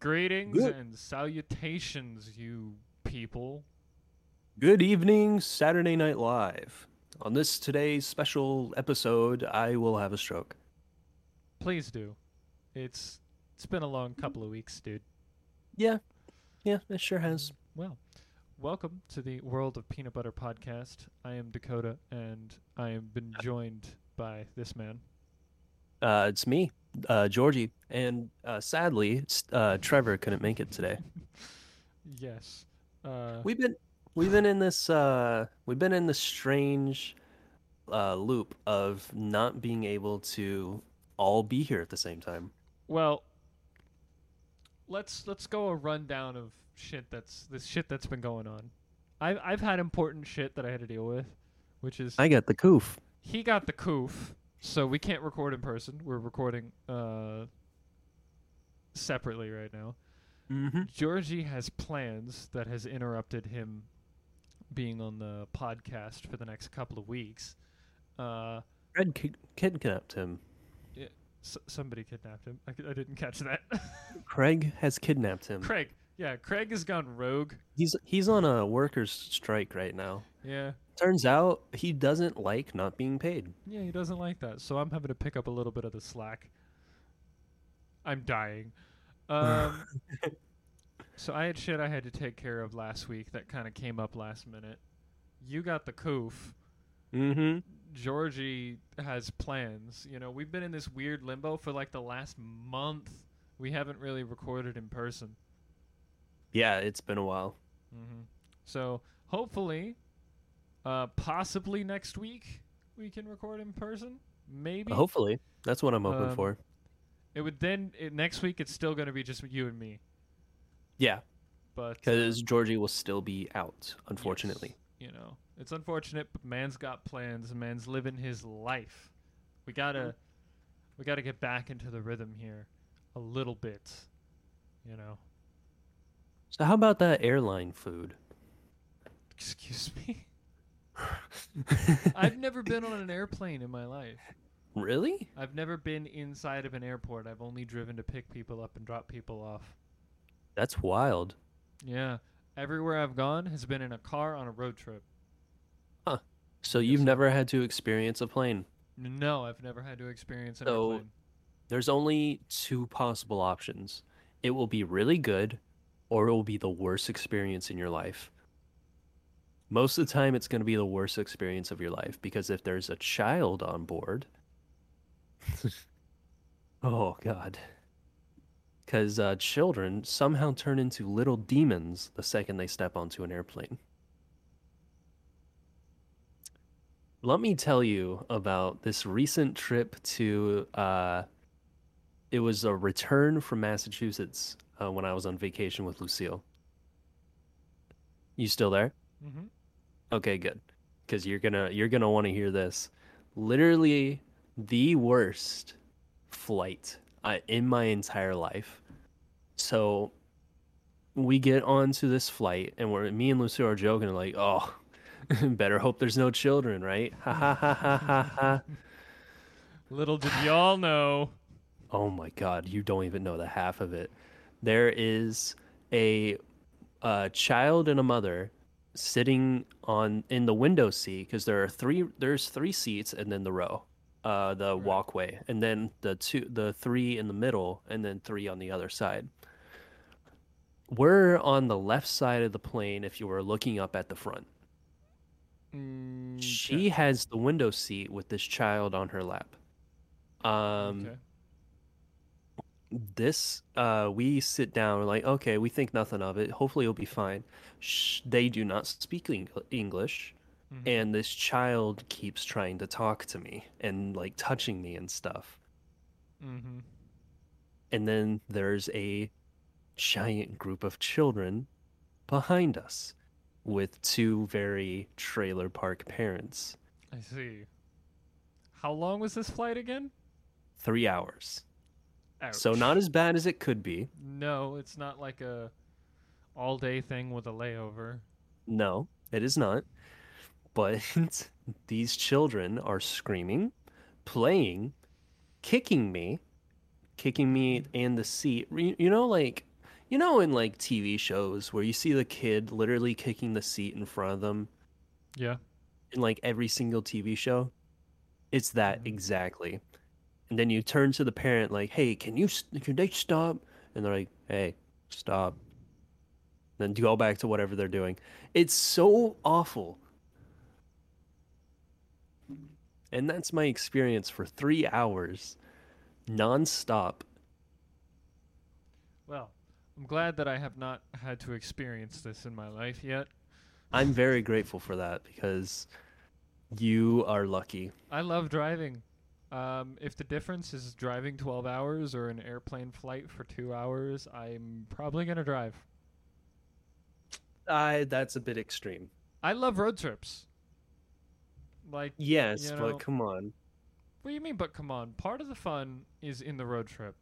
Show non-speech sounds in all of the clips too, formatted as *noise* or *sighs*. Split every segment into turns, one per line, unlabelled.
Greetings
Good-
and salutations, you people.
Good evening, Saturday Night Live. On this today's special episode, I will have a stroke.
Please do. It's it's been a long couple of weeks, dude.
Yeah, yeah, it sure has.
Well, welcome to the World of Peanut Butter podcast. I am Dakota, and I have been joined by this man.
Uh, it's me, uh, Georgie, and uh, sadly, s- uh, Trevor couldn't make it today.
Yes. Uh,
We've been we've been in this uh, we've been in this strange uh, loop of not being able to all be here at the same time.
well, let's let's go a rundown of shit that's this shit that's been going on. I've I've had important shit that I had to deal with, which is
I got the coof.
he got the coof, so we can't record in person. We're recording uh separately right now.
Mm-hmm.
Georgie has plans that has interrupted him being on the podcast for the next couple of weeks. Uh
Red kid- kidnapped him.
s- somebody kidnapped him. I, c- I didn't catch that. *laughs*
Craig has kidnapped him.
Craig. Yeah, Craig has gone rogue.
He's he's on a workers strike right now.
Yeah.
Turns out he doesn't like not being paid.
Yeah, he doesn't like that. So I'm having to pick up a little bit of the slack. I'm dying. Um, so I had shit I had to take care of last week that kind of came up last minute. You got the coof.
Mm-hmm.
Georgie has plans. You know, we've been in this weird limbo for like the last month. We haven't really recorded in person.
Yeah, it's been a while.
hmm So hopefully, uh, possibly next week, we can record in person. Maybe.
Hopefully, that's what I'm hoping
Um,
for.
It would then it, next week. It's still going to be just you and me,
Yeah,
but uh,
because Georgie will still be out, unfortunately.
yes, you know, it's unfortunate. But man's got plans. Man's living his life. We
Mm-hmm.
gotta, we gotta get back into the rhythm here, a little bit. You know,
So how about that
*laughs*
airline food?
excuse
*laughs*
me. I've never been on an airplane in my life.
really?
I've never been inside of an airport. I've only driven to pick people up and drop people off.
That's wild.
Yeah, everywhere I've gone has been in a car on a road trip.
So you've never had to experience a plane.
No, I've never had to experience an
So,
airplane.
There's only two possible options. It will be really good, or it will be the worst experience in your life. Most of the time, it's going to be the worst experience of your life because if there's a child on board, oh god, because uh, children somehow turn into little demons the second they step onto an airplane. Let me tell you about this recent trip to. Uh, it was a return from Massachusetts uh, when I was on vacation with Lucille. You still there?
Mm-hmm.
Okay, good. Cuz you're going to you're going to want to hear this. Literally the worst flight I, in my entire life. So we get onto this flight and we're me and Lucille are joking like, "Oh, *laughs* better hope there's no children, right?" Ha ha ha ha ha ha.
Little did y'all know.
Oh my God, you don't even know the half of it. There is a, a child and a mother sitting on in the window seat because there are three. There's three seats and then the row, uh, the
Right.
walkway, and then the two, the three in the middle, and then three on the other side. We're on the left side of the plane if you were looking up at the front.
Mm,
She has the window seat with this child on her lap. Um,
Okay.
this uh we sit down we're like okay we think nothing of it hopefully it'll be fine Sh- they do not speak Eng- english
Mhm.
and this child keeps trying to talk to me and like touching me and stuff
Mm-hmm.
and then there's a giant group of children behind us with two very trailer park parents
I see. How long was this flight again?
three hours so
Ouch.
not as bad as it could be
No, it's not like a all day thing with a layover.
No, it is not. But *laughs* these children are screaming, playing, kicking me, kicking me and the seat. Re- You know, like you know in like TV shows where you see the kid literally kicking the seat in front of them
Yeah.
in like every single TV show? It's that
Mhm.
exactly. And then you turn to the parent like, "Hey, can you s- can they stop?" And they're like, "Hey, stop." Then go back to whatever they're doing. It's so awful. And that's my experience for 3 hours nonstop.
Well, I'm glad that I have not had to experience this in my life yet.
I'm very grateful for that because you are lucky.
I love driving. Um, if the difference is driving 12 hours or an airplane flight for two hours, I'm probably going to drive.
I that's a bit extreme.
I love road trips. Like,
Yes,
You know-
but come on.
what do you mean? But come on, part of the fun is in the road trip.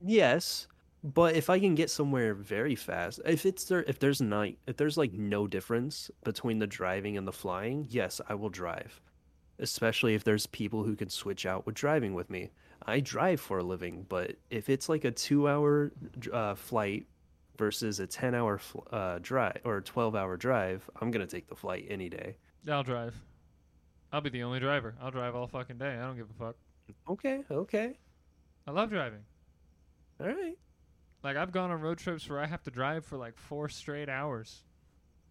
Yes, but if I can get somewhere very fast, if it's there, if there's not, if there's like no difference between the driving and the flying, yes, I will drive. Especially if there's people who can switch out with driving with me. I drive for a living, but if it's like a two-hour uh, flight versus a ten-hour fl- uh, drive or twelve-hour drive, I'm gonna take the flight any day.
I'll drive. I'll be the only driver. I'll drive all fucking day. I don't give a fuck.
Okay, okay,
I love driving.
all right.
Like, I've gone on road trips where I have to drive for like four straight hours.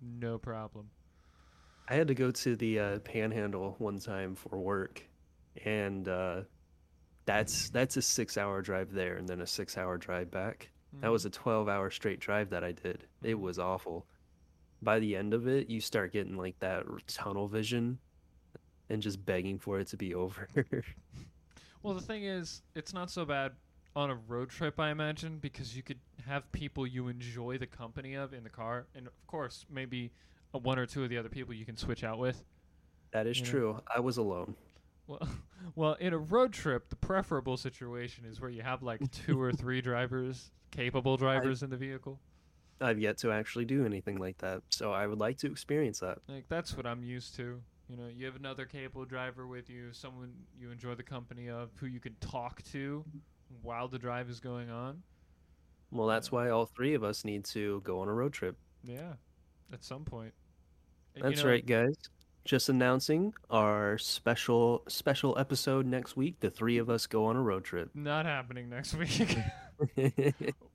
No problem.
I had to go to the uh, Panhandle one time for work, and uh, that's that's a six-hour drive there, and then a six-hour drive back. That
Mm.
was a twelve-hour straight drive that I did. It
Mhm.
was awful. By the end of it, you start getting like that r- tunnel vision, and just begging for it to be *laughs* over.
Well, the thing is, it's not so bad on a road trip, I imagine, because you could have people you enjoy the company of in the car, and of course, maybe uh, one or two of the other people you can switch out with.
that is
You know.
true. I was alone.
Well, well, in a road trip, the preferable situation is where you have like two or three drivers,
*laughs*
capable drivers in the vehicle.
I've yet to actually do anything like that, so I would like to experience that.
Like that's what I'm used to. You know, you have another capable driver with you, someone you enjoy the company of, who you can talk to while the drive is going on.
Well, that's
Yeah.
why all three of us need to go on a road trip.
Yeah, at some point. And, you
That's
know,
right, guys. Just announcing our special special episode next week. The three of us go on a road
*laughs*
trip.
Not happening next *laughs* week.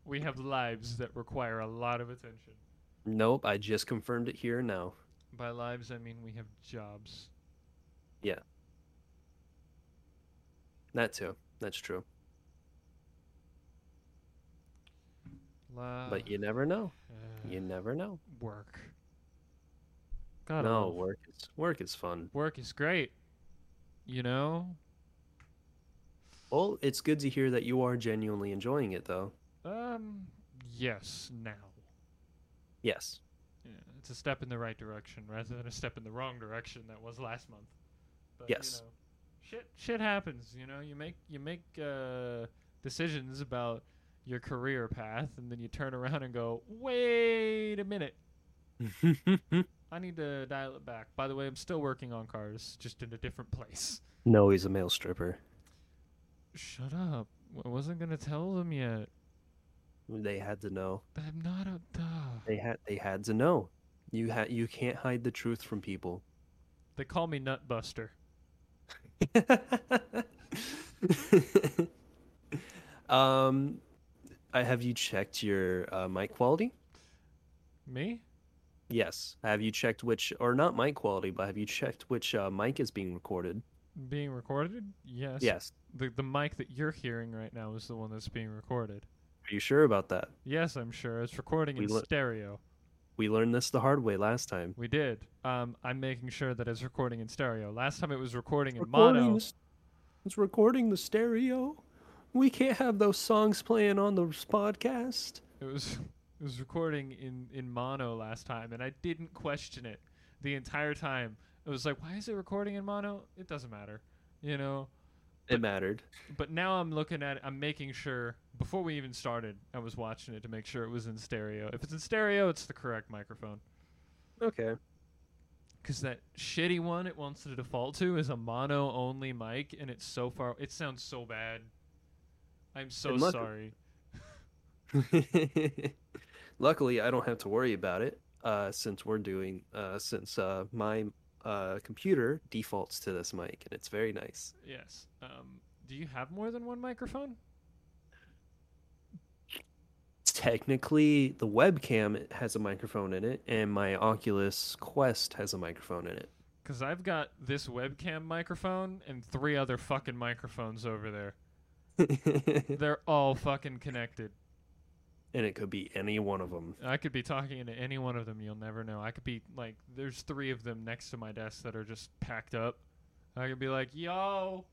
we have lives that require a lot of attention.
nope, I just confirmed it here now.
By lives, I mean we have jobs.
That too. That's true.
La-
but you never know.
uh,
You never know.
work. God, I
No,
love-
work is work is fun.
work is great. You know,
Well, it's good to hear that you are genuinely enjoying it though.
um, yes, now. *laughs*
Yes.
Yeah, it's a step in the right direction rather than a step in the wrong direction that was last month. But,
Yes.
You know, shit, shit happens. You know, you make you make uh, decisions about your career path, and then you turn around and go, "Wait a minute, I need to dial it back." By the way, I'm still working on cars, just in a different *laughs* place.
no, he's a male stripper.
Shut up! I wasn't gonna tell them yet.
They had to know.
I'm not a.
They had they had to know. You ha- you can't hide the truth from people.
They call me Nutbuster.
*laughs* um, I have you checked your uh, mic quality?
Me?
Yes. Have you checked which, or not mic quality, but have you checked which uh, mic is being recorded?
Being recorded? Yes.
Yes.
the the mic that you're hearing right now is the one that's being recorded.
Are you sure about that?
Yes, I'm sure it's recording
We
in
look-
stereo.
We learned this the hard way last time.
We did. Um, I'm making sure that it's recording in stereo. Last time it was recording in mono.
It's recording the stereo. We can't have those songs playing on the podcast.
It was it was recording in in mono last time, and I didn't question it the entire time. It was like, why is it recording in mono? It doesn't matter, you know.
It mattered.
But now I'm looking at it. I'm making sure before we even started, I was watching it to make sure it was in stereo. If it's in stereo, it's the correct microphone.
Okay.
because that shitty one it wants to default to is a mono only mic and it's so far it sounds so bad i'm so
It must-
sorry
it *laughs* Luckily, I don't have to worry about it uh, since we're doing uh, since uh, my uh, computer defaults to this mic, and it's very nice.
Yes. Um, do you have more than one microphone?
Technically, the webcam has a microphone in it, and my Oculus Quest has a microphone in it.
Because I've got this webcam microphone and three other fucking microphones over there. They're all fucking connected.
*laughs* and it could be any one of them.
I could be talking to any one of them. You'll never know. I could be like, there's three of them next to my desk that are just packed up. I could be like, yo,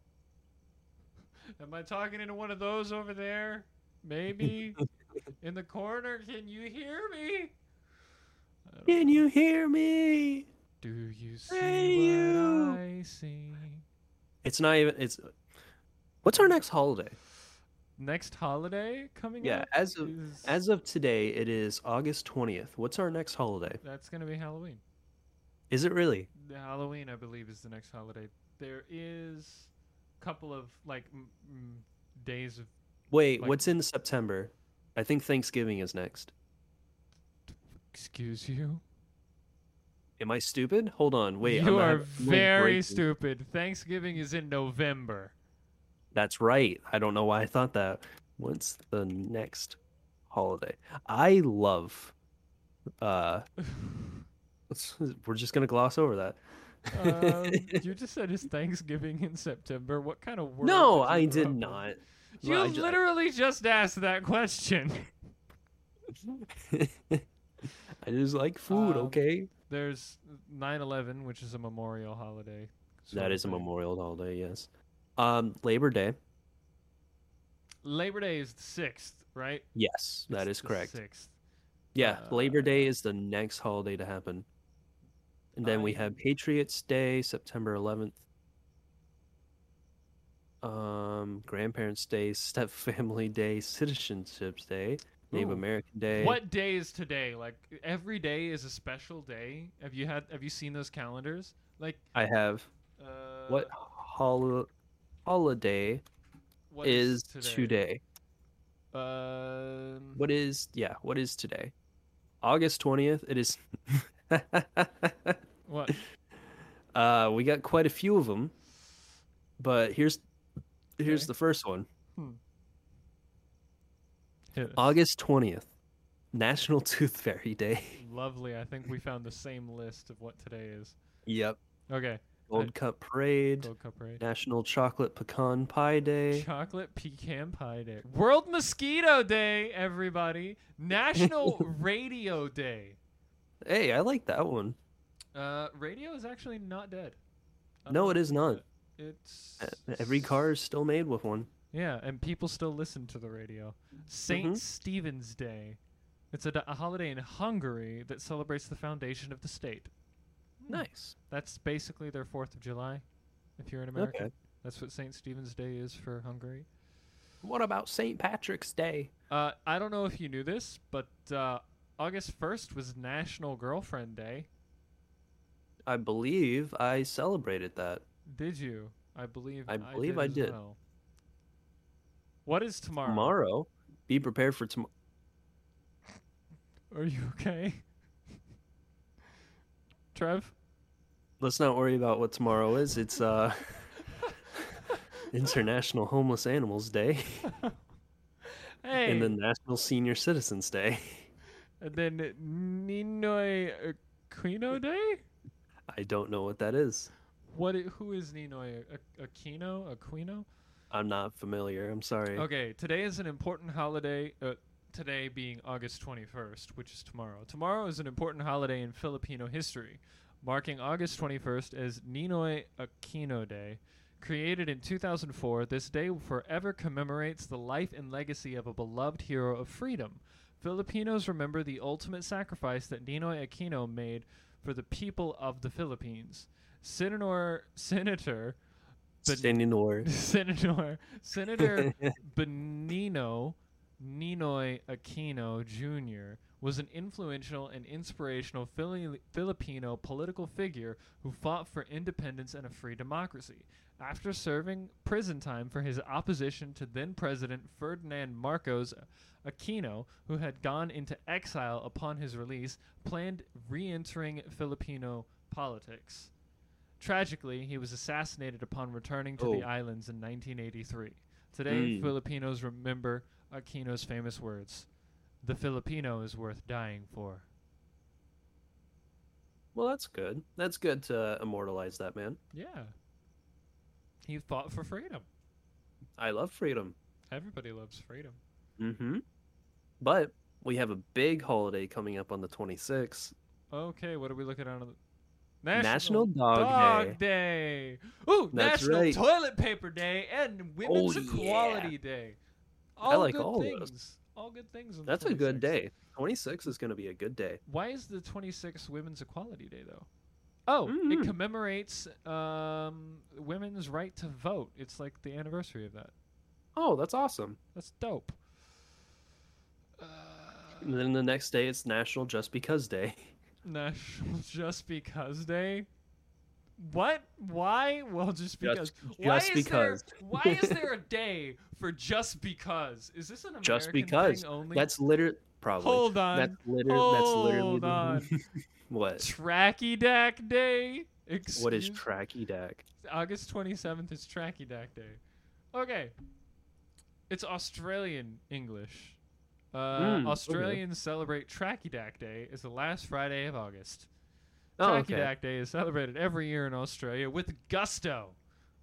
am I talking into one of those over there?
*laughs*
Maybe in the corner. Can you hear me? I don't
Can you hear me?
Do you see
Hey,
what
you.
I see?
It's not even. It's what's our next holiday?
Next holiday coming
Yeah,
up?
as of-
is-
As of today, it is August twentieth. What's our next holiday?
that's gonna be Halloween.
Is it really?
The Halloween, I believe, is the next holiday. There is a couple of like m- m- days of
Wait,
Like-
what's in September? I think Thanksgiving is next.
excuse you.
Am I stupid? Hold on. Wait, I'm
you
not
are
having- I'm really
very
breaking.
stupid. Thanksgiving is in
*laughs*
November.
That's right. I don't know why I thought that. What's the next holiday? I love. Uh, *laughs* we're just gonna gloss over that.
um, you just said it's Thanksgiving in September. What kind of word?
no,
you
I
come
did
up with?
not.
You
I ju-
literally just asked that question.
*laughs*
*laughs*
I just like food.
Um,
okay,
There's 9/11, which is a memorial holiday. sort
that
of
is a
thing.
Memorial holiday. Yes. Um, Labor Day.
Labor Day is the sixth, right?
Yes, that
It's
is
the
correct.
Sixth.
Yeah, Labor
Uh,
Day is the next holiday to happen. And then we have
I-
Patriots Day, September 11th. Um, Grandparents Day, *laughs* Step Family Day, Citizenships Day, Native
Ooh.
American Day.
What day is today? Like every day is a special day. Have you had? Have you seen those calendars? Like
I have
uh,
what hol- holiday
what
is today?
Um,
What is yeah? What is today? August 20th.
*laughs*
It is. *laughs*
what?
Uh, we got quite a few of them, but here's here's
Okay.
the first one. *laughs*
Hit us.
August twentieth, National *laughs* Tooth Fairy Day.
Lovely. I think we found the same list of what today is.
Yep.
Okay.
Gold Cup Parade,
Gold Cup parade.
National Chocolate Pecan Pie Day.
Chocolate Pecan Pie Day. World Mosquito Day, everybody.
*laughs*
National Radio Day.
Hey, I like that one.
Uh, radio is actually not dead. Uh,
No, it is not.
It's
E- Every car is still made with one.
Yeah, and people still listen to the radio. saint
Mhm.
Stephen's Day. It's a, d- a holiday in Hungary that celebrates the foundation of the state.
Hmm. Nice.
That's basically their Fourth of July. If you're in America,
Okay.
that's what Saint Stephen's Day is for Hungary.
What about St. Patrick's Day?
Uh, I don't know if you knew this, but uh, August 1st was National Girlfriend Day.
I believe I celebrated that.
Did you? I believe
I believe I
as
did.
well. What is tomorrow?
Tomorrow, be prepared for tomorrow.
Are you *laughs* okay? Trev?
Let's not worry about what tomorrow is. It's uh *laughs* International Homeless Animals Day *laughs*
Hey.
and the National Senior Citizens Day. *laughs*
And then Ninoy Aquino Day?
I don't know what that is.
What? i- Who is Ninoy A- Aquino? Aquino?
I'm not familiar. I'm sorry.
Okay, today is an important holiday. Uh, today being August 21st, which is tomorrow. Tomorrow is an important holiday in Filipino history, marking August 21st as Ninoy Aquino Day. Created in 2004, this day forever commemorates the life and legacy of a beloved hero of freedom. Filipinos remember the ultimate sacrifice that Ninoy Aquino made for the people of the Philippines. Senator Senator *laughs*
Standing door.
Senator Senator Benino Ninoy Aquino Jr. was an influential and inspirational Fili- Filipino political figure who fought for independence and a free democracy. After serving prison time for his opposition to then President Ferdinand Marcos Aquino, who had gone into exile upon his release, planned re entering Filipino politics. Tragically, he was assassinated upon returning to the
Oh.
islands in 1983. Today,
Mm.
Filipinos remember Aquino's famous words The Filipino is worth dying for.
Well, that's good. That's good to immortalize that man.
Yeah. He fought for freedom.
I love freedom.
Everybody loves freedom.
Mm-hmm. But we have a big holiday coming up on the 26th.
Okay, what are we looking at? On the...
National Dog Day.
Day. Ooh,
That's
National
right.
Toilet Paper Day and Women's
Oh, yeah.
Equality Day. All
like
good
all
things.
those.
All good things. on the
That's a good
26th.
day. 26 is going to be a good day.
Why is the 26th Women's Equality Day though? Oh, it
Mhm.
commemorates um, women's right to vote. It's like the anniversary of that.
Oh, that's awesome.
That's dope. Uh,
And then the next day, it's National Just Because Day.
National *laughs* Just Because Day. What? Why? Well, just because.
Just,
Why
just
is
because.
There, *laughs* why
*laughs*
is there a day for just because? Is this an American
Just because.
thing only?
That's literally. Probably.
Hold on.
That's, liter-
Hold
that's literally. the-
on.
*laughs* what?
Tracky Dack Day.
What
Excuse-
is Tracky Dack?
August twenty seventh is Tracky Dack Day. Okay, it's Australian English. Uh,
Mm, okay.
Australians celebrate Tracky Dack Day is the last Friday of August.
Oh,
Tracky
okay.
Dack Day is celebrated every year in Australia with gusto.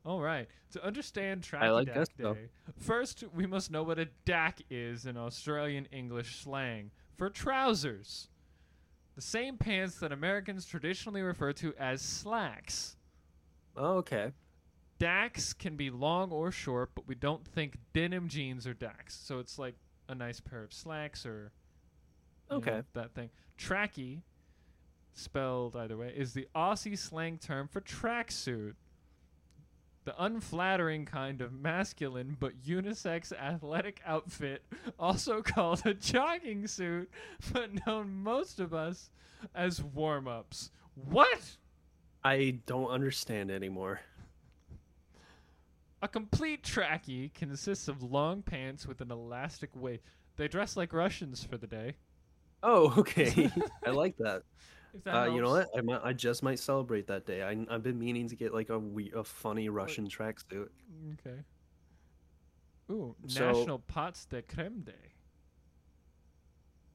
All right. To understand Tracky
like
Dack
gusto.
Day, first we must know what a dack is in Australian English slang for trousers. The same pants that Americans traditionally refer to as slacks.
Oh, okay.
Dacks can be long or short, but we don't think denim jeans are dacks. So it's like a nice pair of slacks or you know,
Okay.
that thing. Tracky, spelled either way, is the Aussie slang term for tracksuit. The unflattering kind of masculine but unisex athletic outfit, also *laughs* called a jogging suit, but known most of us as warm ups. What?
I don't understand anymore.
A complete trackie consists of long pants with an elastic waist. They dress like Russians for the
*laughs*
day. *laughs*
Oh, okay. I like that.
If that
Uh, you know
helps.
what? I might, I just might celebrate that day. I, I've been meaning to get like a we, a funny Russian tracksuit.
Okay. Ooh,
So-
National Pots de Creme Day.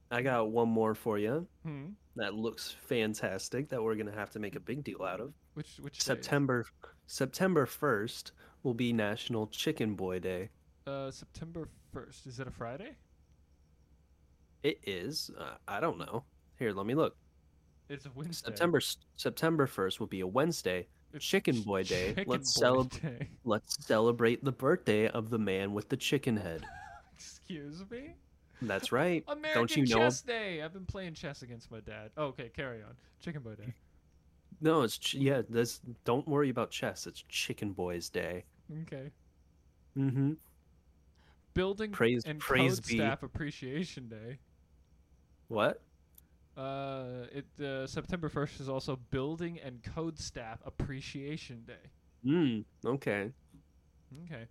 I got one more for you
Hmm.
that looks fantastic that we're gonna have to make a big deal out of.
Which which day?
September September first will be National Chicken Boy Day.
Uh, September first. Is it a Friday?
It is. Uh, I don't know. Here, let me look.
It's a Wednesday.
September s- September first will be a Wednesday.
It's *laughs*
Chicken
Ch-
Boy Day.
Chicken
Let's
Boy
celeb-
Day. *laughs*
Let's celebrate the birthday of the man with the chicken head.
Excuse me. *laughs*
That's right.
American
don't you know?
Chess Day. I've been playing chess against my dad. Oh, okay, carry on. Chicken Boy Day.
No, it's ch- yeah. This don't worry about chess. It's Chicken Boys Day.
Okay.
Mm-hmm.
Building
Praise-
and
praise
Code
be.
Staff Appreciation Day.
What?
Uh, it uh, September first is also Building and Code Staff Appreciation Day.
Mm. Okay.
Okay.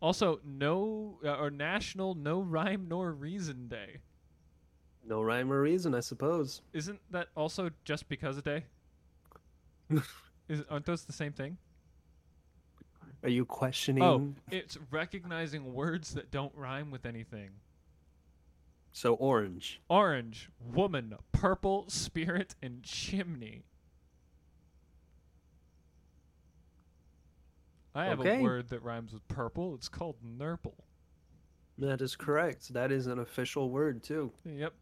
Also, no uh, or National No Rhyme Nor Reason Day.
No rhyme or reason, I suppose.
Isn't that also just because
*laughs*
day? Is, aren't those the same thing?
Are you questioning?
Oh, it's recognizing words that don't rhyme with anything.
So orange.
Orange, woman, purple, spirit, and chimney. I have
Okay.
a word that rhymes with purple. It's called nurple.
That is correct. That is an official word too.
Yep.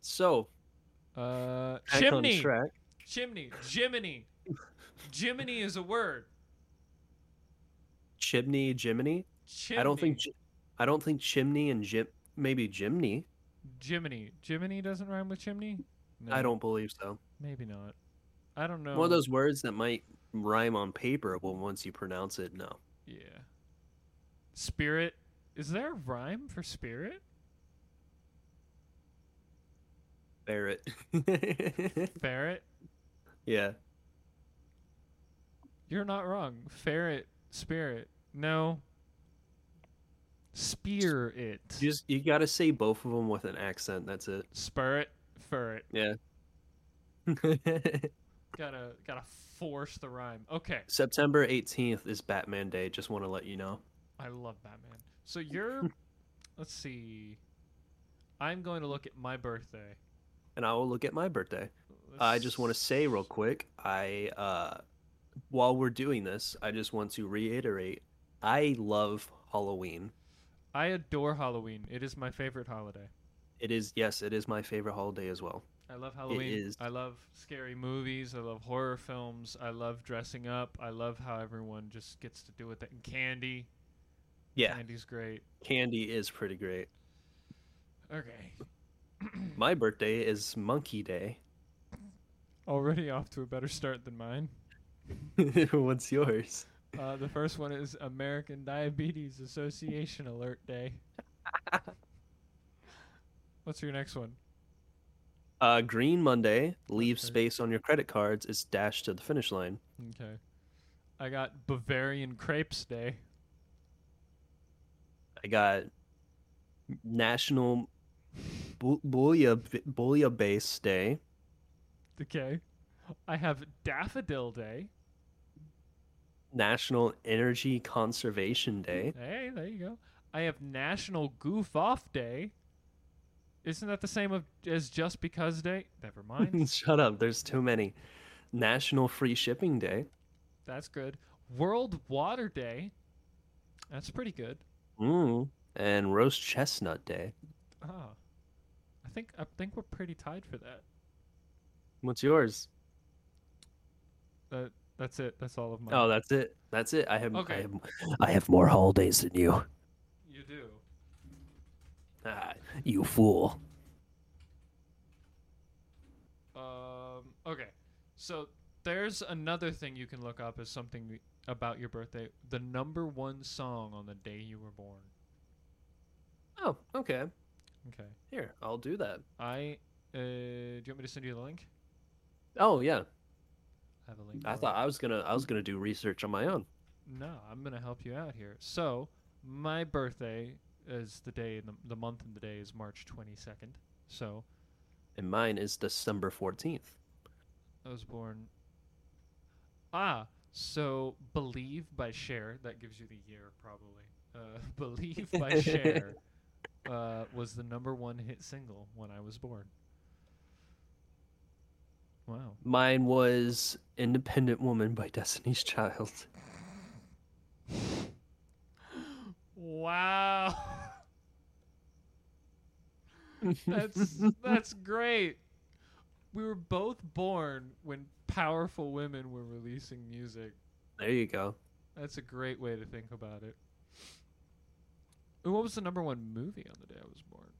So
Uh,
back on
chimney.
track.
Chimney. Jiminy. Jiminy is a word.
Chimney, Jiminy.
Chimney.
I don't think. chi- I don't think chimney and jim. Maybe Jimney.
Jiminy. Jiminy doesn't rhyme with chimney? No,
I don't believe so.
Maybe not. I don't know.
One of those words that might rhyme on paper, but once you pronounce it, no.
Yeah. Spirit. Is there a rhyme for spirit?
Ferret.
Ferret?
yeah.
You're not wrong. Ferret, spirit. No. Spear it.
Just you gotta say both of them with an accent. That's it.
Spirit, ferret.
Yeah.
Gotta gotta force the rhyme. Okay.
September 18th is Batman Day. Just want to let you know.
I love Batman. So you're let's see. I'm going to look at my birthday.
And I will look at my birthday. I just want to say real quick, I uh while we're doing this, I just want to reiterate I love Halloween.
I adore Halloween. It is my favorite holiday.
It is yes, it is my favorite holiday as well.
I love Halloween.
is.
I love scary movies. I love horror films. I love dressing up. I love how everyone just gets to do it. And candy.
Yeah,
Candy's great.
candy is pretty great.
Okay.
My birthday is Monkey Day. *laughs*
Already off to a better start than mine.
What's yours?
Uh, the first one is American Diabetes Association Alert
*laughs*
Day. What's your next one?
Uh, Green Monday, leave
Okay.
space on your credit cards. It's dash to the finish line.
Okay. I got Bavarian Crepes Day.
I got National Bu- Bullia Bullia Base Day.
Okay. I have Daffodil Day.
National Energy Conservation Day.
Hey, there you go. I have National Goof Off Day. Isn't that the same of, as Just Because Day? Never
*laughs*
mind.
Shut up, there's too many. National Free Shipping Day.
That's good. World Water Day. That's pretty good.
Mm. And Roast Chestnut Day.
Ah. I think I think we're pretty tied for that.
What's yours?
That that's it. That's all of mine.
Oh, that's it. That's it. I have I
Okay.
have, I have more holidays than you.
you do.
Ah, you fool.
Um, okay. So there's another thing you can look up as something about your birthday. The number one song on the day you were born.
Oh, okay.
Okay.
Here, I'll do that.
I uh, do you want me to send you the link?
Oh yeah.
I have a link.
I
for
thought I was gonna I was gonna do research on my own.
it. No, I'm gonna help you out here. So my birthday is the day, the, the month, and the day is March 22nd. So
And mine is December fourteenth.
I was born. Ah, so Believe by Cher. That gives you the year, probably. Uh, *laughs* Believe by Cher uh, was the number one hit single when I was born. Wow.
Mine was Independent Woman by *laughs* Destiny's Child.
Wow. *laughs* That's that's great. We were both born when powerful women were releasing music.
*laughs* There you go.
That's a great way to think about it. And What was the number one movie on the day I was born?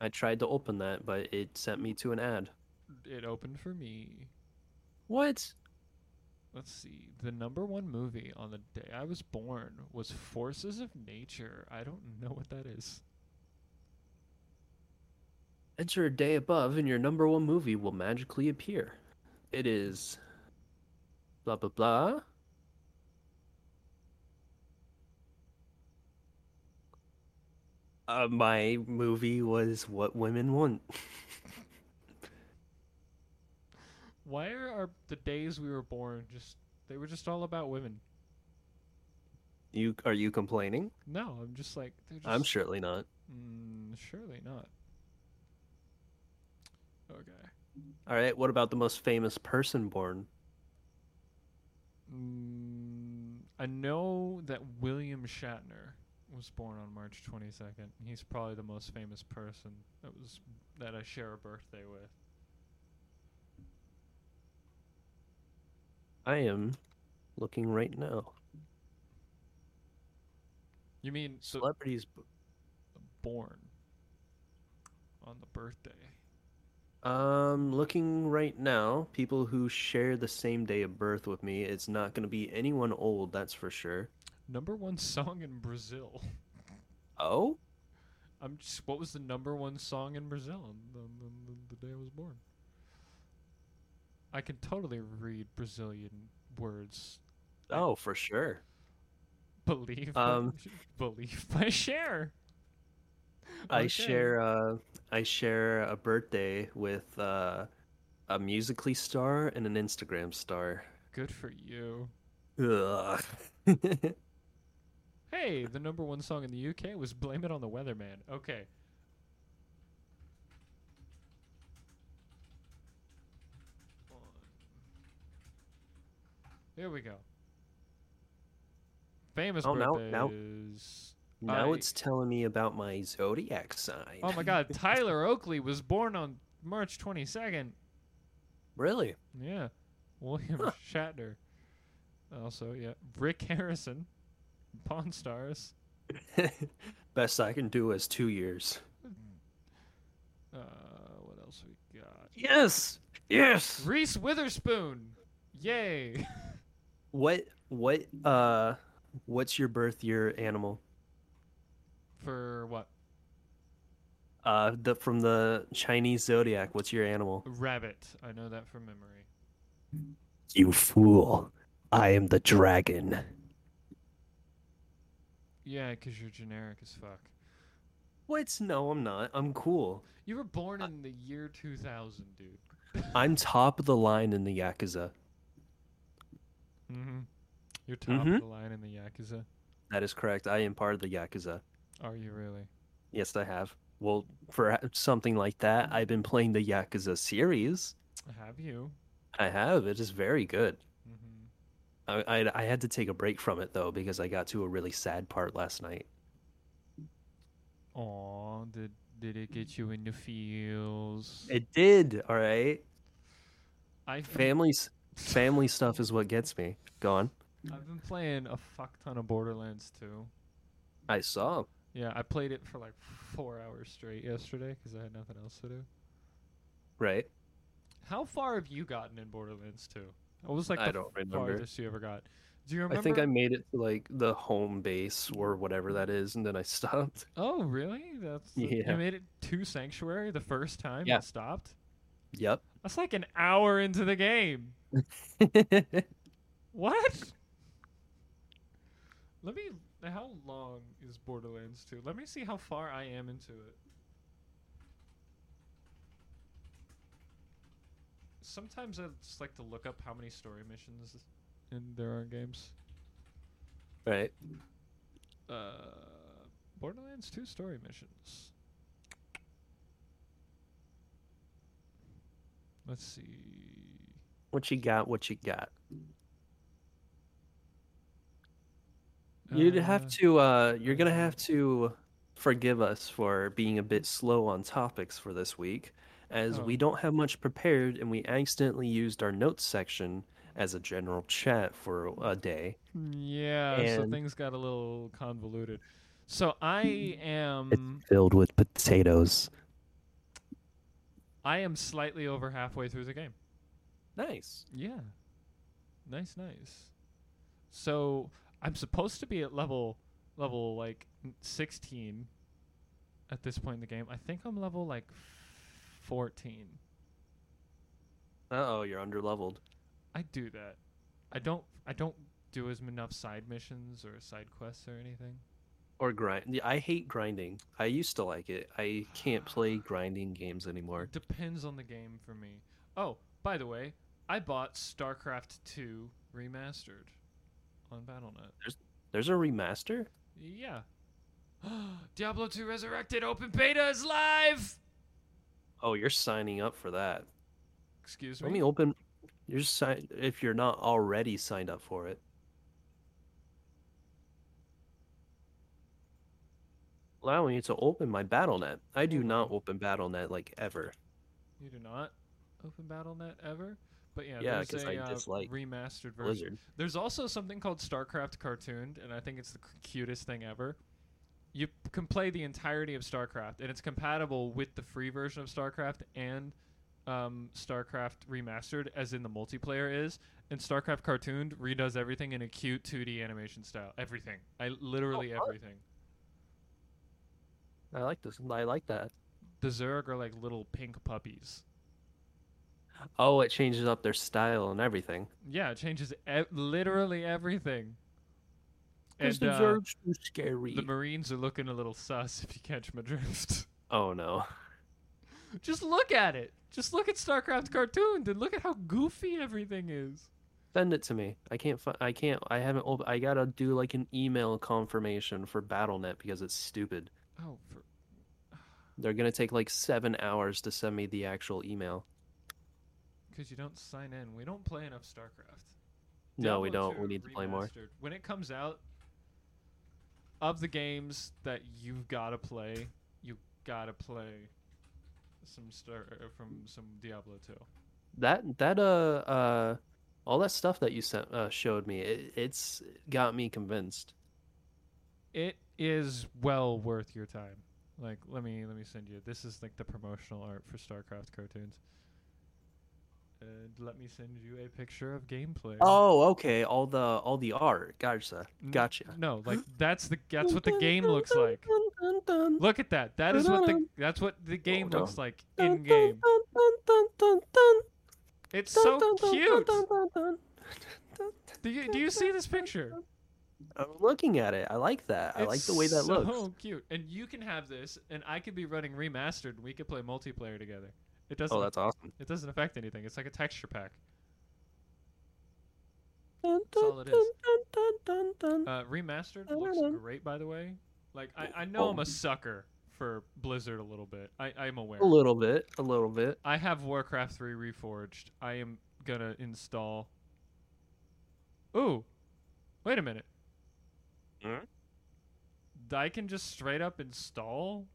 I tried to open that, but it sent me to an ad.
It opened for me.
What?
Let's see. The number one movie on the day I was born was Forces of Nature. I don't know what that is.
Enter a day above, and your number one movie will magically appear. It is. Blah blah blah. Uh, my movie was What Women Want. *laughs*
Why are our, the days we were born just they were just all about women?
You are you complaining?
No, I'm just like they're just,
I'm surely not.
Mm, surely not. Okay.
All right, what about the most famous person born?
Mm, I know that William Shatner was born on March 22nd. He's probably the most famous person that was that I share a birthday with.
I am looking right now.
You mean so
Celebrities. b-
born on the birthday?
Um, looking right now, people who share the same day of birth with me, it's not going to be anyone old, that's for sure.
Number one song in Brazil.
Oh,
I'm just. What was the number one song in Brazil on the, the, the, the day I was born? I can totally read Brazilian words.
oh, for sure.
*laughs* Believe,
Um,
by, believe by share.
I
Okay.
share uh, I share a birthday with uh, a Musically star and an Instagram star.
Good for you.
Ugh. *laughs*
Hey, the number one song in the UK was "Blame It on the Weatherman." Okay. Here we go. Famous
Oh, now-
birthdays.
now- now
I-
it's telling me about my zodiac sign.
Oh my God, Tyler Oakley was born on March 22nd.
*laughs* really?
Yeah, *laughs* William
Huh.
Shatner. Also, yeah, Rick Harrison, Pawn Stars.
Best I can do is two years.
Uh, what else we got?
Yes. Yes.
Reese Witherspoon. Yay. *laughs*
What? What? Uh, what's your birth year animal?
For what?
Uh, the from the Chinese zodiac. What's your animal?
Rabbit. I know that from memory.
You fool! I am the dragon.
Yeah, because you're generic as fuck.
What? No, I'm not. I'm cool.
You were born in the year 2000, dude.
I'm top of the line in the Yakuza.
Mm-hmm. You're top
Mhm.
of the line in the Yakuza.
That is correct. I am part of the Yakuza.
Are you really?
Yes, I have. Well, for something like that, I've been playing the Yakuza series.
Have you?
I have. It is very good.
Mm-hmm.
I, I, I had to take a break from it though because I got to a really sad part last night.
Aw, did, did it get you in the feels?
It did. All right.
I've, been,
Families, family stuff is what gets me. Go on.
I've been playing a fuck ton of Borderlands 2.
I saw.
Yeah, I played it for like four hours straight yesterday because I had nothing else to do.
Right.
How far have you gotten in Borderlands 2? What was like
I
the
don't remember.
farthest you ever got? Do you remember?
I think I made it to like the home base or whatever that is, and then I *laughs* stopped.
Oh, really? That's the-
Yeah.
You made it to Sanctuary the first time
Yeah.
and stopped.
Yep.
That's like an hour into the game. What? Let me. How long is Borderlands 2? Let me see how far I am into it. Sometimes I just like to look up how many story missions in there are in games.
*laughs* right.
Uh, Borderlands 2 story missions. Let's see.
What you got? What you got? You'd
Uh,
have to. Uh, you're gonna have to forgive us for being a bit slow on topics for this week, as
Oh.
we don't have much prepared, and we accidentally used our notes section as a general chat for a day.
Yeah, so
And-
things got a little convoluted. So I am
Filled with potatoes.
I am slightly over halfway through the game.
Nice.
Yeah. Nice, nice. So I'm supposed to be at level level like 16 at this point in the game. I think I'm level like 14.
Uh oh, you're underleveled.
I do that. I don't I don't do as enough side missions or side quests or anything.
Or grind. yeah, I hate grinding. I used to like it. I
*sighs*
can't play grinding games anymore.
Depends on the game for me. Oh, by the way, I bought StarCraft 2 remastered on BattleNet.
There's a remaster.
Yeah. *gasps* Diablo 2 Resurrected Open Beta is live.
Oh, you're signing up for that.
Excuse me.
Let me open. You're sign if you're not already signed up for it. Allowing you to open my BattleNet. I do
Hold
not open BattleNet like ever.
you do not open BattleNet ever. But yeah,
Yeah,
there's
'cause I
a uh,
dislike
remastered version.
Blizzard.
There's also something called StarCraft Cartooned, and I think it's the c- cutest thing ever. You p- can play the entirety of StarCraft, and it's compatible with the free version of StarCraft and um, StarCraft Remastered, as in the multiplayer is. And StarCraft Cartooned redoes everything in a cute 2D animation style. Everything. I literally
fun.
everything.
I like this. I like that.
The Zerg are like little pink puppies.
Oh, it changes up their style and everything.
Yeah, it changes e- literally everything. And
the e-,
uh,
Zerg's too scary.
the Marines are looking a little sus if you catch my drift. *laughs*
oh no.
Just look at it. Just look at StarCraft cartoons and look at how goofy everything is.
Send it to me. I can't. Fi- I can't. I haven't. Op- I gotta do like an email confirmation for BattleNet because it's stupid.
Oh, for...
They're gonna take like seven hours to send me the actual email.
because you don't sign in. We don't play enough StarCraft.
No, we
Diablo
don't. We
2
need to play more.
Remastered. When it comes out, of the games that you've gotta play, you gotta play some star uh, from some Diablo 2.
That that uh uh, all that stuff that you sent uh, showed me. It, it's got me convinced.
It is well worth your time. Like, let me let me send you. This is like the promotional art for StarCraft cartoons. And let me send you a picture of gameplay.
Oh, okay. All the all the art. Gotcha.
N-
Gotcha.
No, like that's the that's
*laughs*
what the game looks like. Look at that. That is what the that's what the game
Hold
looks
on.
like in game. It's so cute. Do you do you see this picture?
I'm looking at it. I like that. I like the way that
it's
looks.
So cute. And you can have this, and I could be running remastered, and we could play multiplayer together. It doesn't.
Oh, that's awesome.
It doesn't affect anything. It's like a texture pack. all it is. Uh, remastered looks great, by the way. Like I, I know I'm a sucker for Blizzard a little bit. I, I'm aware.
A little bit. A little bit.
I have Warcraft 3 Reforged. I am gonna install. Ooh, wait a minute.
Hmm?
I can just straight up install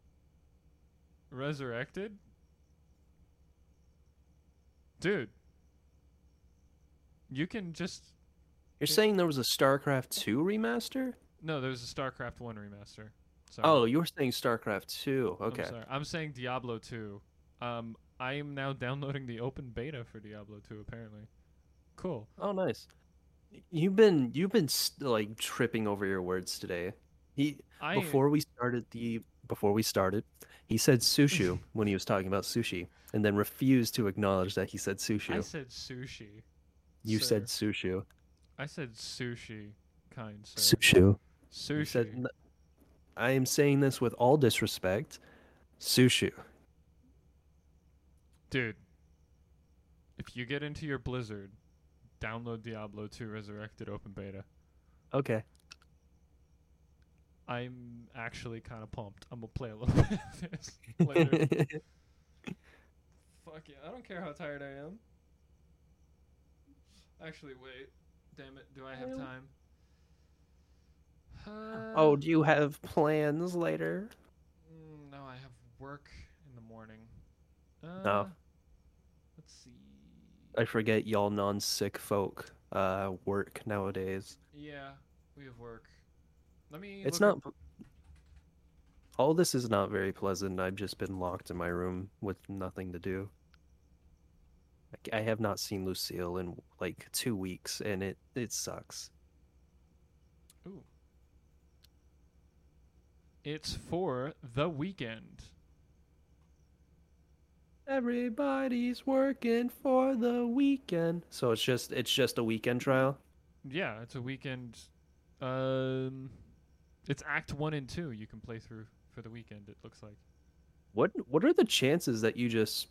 Resurrected? Dude. You can just.
You're saying there was a StarCraft 2 remaster?
No, there's a StarCraft 1 remaster. Sorry.
Oh, you were saying StarCraft 2.
I'm
Okay.
sorry. I'm saying Diablo 2. Um, I am now downloading the open beta for Diablo 2, apparently. Cool.
Oh, nice. You've been you've been s- like tripping over your words today. He
I,
before we started the before we started, he
*laughs*
said sushu when he was talking about sushi, and then refused to acknowledge that he said
I
sushu.
said sushi.
you
sir.
said sushu.
I said sushi, kind sir.
Sushu. You
Sushi.
said. n- I am saying this with all disrespect. Sushu.
Dude, if you get into your Blizzard, download Diablo 2 Resurrected Open Beta.
Okay.
I'm actually kind of pumped. I'm going to play a little *laughs* bit of this later. Fuck yeah. I don't care how tired I am. Actually, wait. Damn it. Do I have
Well.
time? Uh,
*laughs* oh, do you have plans later?
Mm, No, I have work in the morning. Uh, Let's see.
I forget y'all non-sick folk uh work nowadays.
Yeah, we have work. Let me.
It's
look
not. All this is not very pleasant. I've just been locked in my room with nothing to do. Like, I have not seen Lucille in like two weeks, and it it sucks.
Up... Ooh. It's for the weekend.
Everybody's working for the weekend, so it's just it's just a weekend trial.
Yeah, it's a weekend. Um, it's Act One and Two. You can play through for the weekend. It looks like.
What what are the chances that you just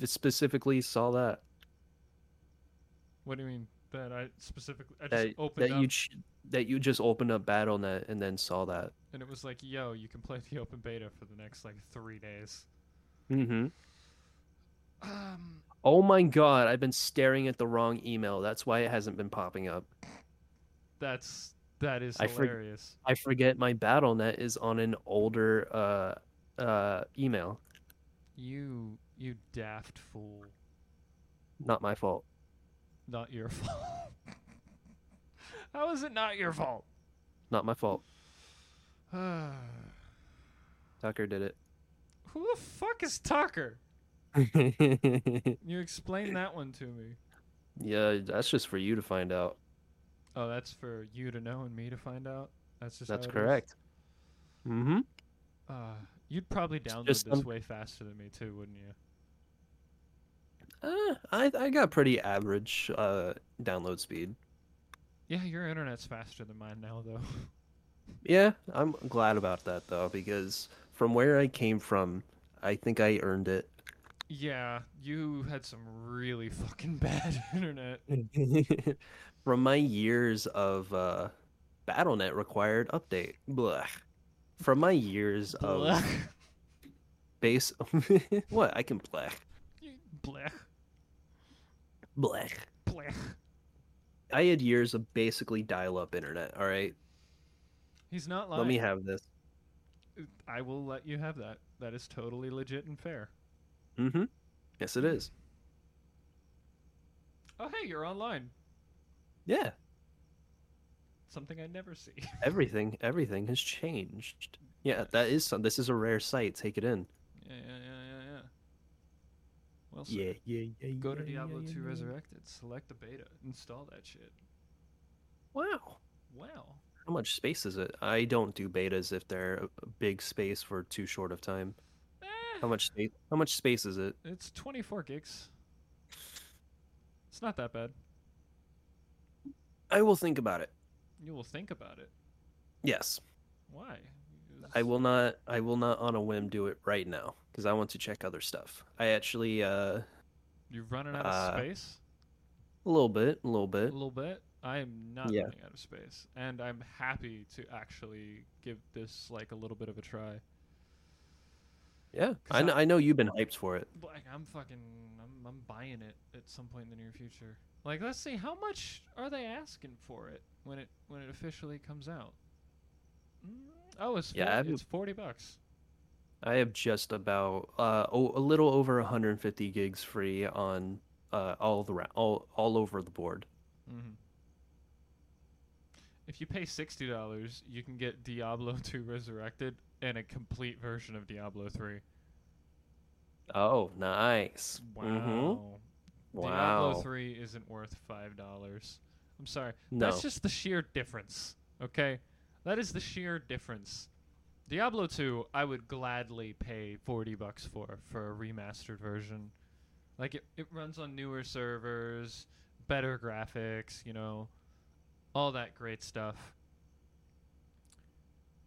f- specifically saw that
What do you mean? That I specifically I just
that
opened
that
up
you ch- that you just opened up BattleNet and then saw that?
and it was like, yo, you can play the open beta for the next like three days.
Mm-hmm.
Um,
Oh my god, I've been staring at the wrong email. That's why it hasn't been popping up.
that's that is
I forg-
hilarious.
I forget my BattleNet is on an older uh uh email.
You you daft fool.
Not my fault.
Not your *laughs* fault. How is it not your fault? *sighs*
Not my fault.
Who
Tucker did
the fuck is Tucker? *laughs*
it.
You explain that one to me.
yeah, that's just for you to find out.
Oh, that's for you to know and me to find out. That's just
That's
how it is?
correct. Mm-hmm.
Uh, you'd probably download
just
this
some-
way faster than me too, wouldn't you?
Uh, I I got pretty average uh download speed.
Yeah, your internet's faster than mine now, though. *laughs*
Yeah, I'm glad about that though because from where I came from, I think I earned it.
yeah, you had some really fucking *laughs* bad internet.
*laughs* from my years of uh BattleNet required update. Blah. From my years of
Blech.
base *laughs* what, I can blech.
Blech.
Blech.
Blech.
I had years of basically dial up internet, all right?
He's not lying.
Let me have this.
I will let you have that. That is totally legit and fair.
Mm-hmm. Yes it is.
Oh, hey, you're online.
Yeah.
Something I never see. *laughs*
Everything everything has changed. Yeah, that is some this is a rare site, take it in.
yeah, yeah, yeah, yeah, yeah. Well, sir,
Yeah, yeah, yeah.
go to
yeah, yeah,
Diablo
yeah,
2
yeah.
Resurrected, select the beta, install that shit.
Wow.
Wow.
How much space is it? I don't do betas if they're a a big space for too short of time.
Eh,
How much space? How much space is it?
It's 24 gigs. It's not that bad.
I will think about it.
You will think about it.
Yes,
Why?
I
It's-
will not. I will not on a whim do it right now because I want to check other stuff. I actually uh,
You're running out
Uh,
of space
a little bit, a little
a
bit.
little bit. I am not
yeah.
running out of space, and I'm happy to actually give this like a little bit of a try.
Yeah, I know, I know you've been hyped for it.
Like I'm fucking, I'm, I'm buying it at some point in the near future. Like let's see, how much are they asking for it when it when it officially comes out? Mm, oh, it's
Yeah, I
40,
haven't-
it's forty bucks.
I have just about uh, oh, a little over 150 gigs free on uh, all the ra- all all over the board.
Mm-hmm. If you pay sixty dollars, you can get Diablo *laughs* two Resurrected and a complete version of Diablo three.
Oh, nice.
Wow.
Mhm. Wow.
Diablo 3 isn't worth $5. I'm sorry.
No.
That's just the sheer difference. Okay? That is the sheer difference. Diablo 2, I would gladly pay 40 bucks for for a remastered version. Like it, it runs on newer servers, better graphics, you know, all that great stuff.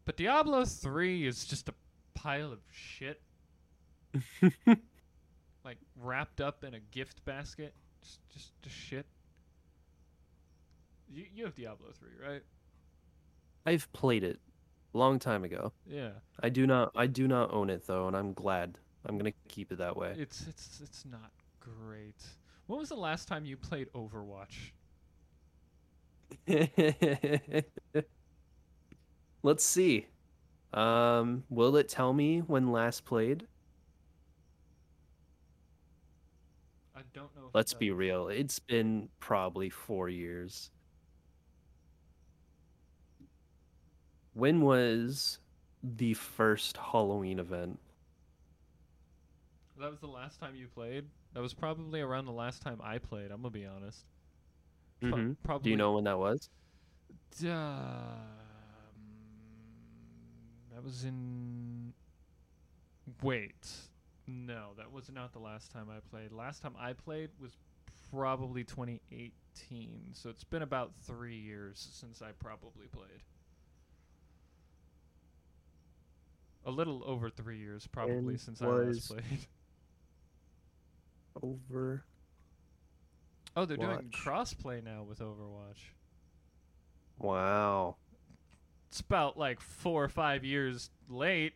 But Diablo 3 is just a pile of shit like wrapped up in a gift basket. Just, just, just shit. You, you have Diablo three, right?
*laughs* I've played it long time ago.
Yeah.
I do not I do not own it though, and I'm glad. I'm gonna keep it that way. *laughs*
It's it's it's not great. When was the last time you played Overwatch?
Let's see. Um, will it tell me when last played?
I don't know. If it
Let's
does.
be real. It's been probably four years. When was the first Halloween event?
That was the last time you played. That was probably around the last time I played. I'm gonna be honest. Pro-
Mhm.
probably.
Do you know when that was?
Um, that was in. Wait, no, that was not the last time I played. Last time I played was probably 2018, so it's been about three years since I probably played. A little over three years, probably,
When
since I last
was-
played. *laughs*
Over.
Oh, they're doing
Watch.
crossplay now with Overwatch.
Wow.
It's about like four or five years late.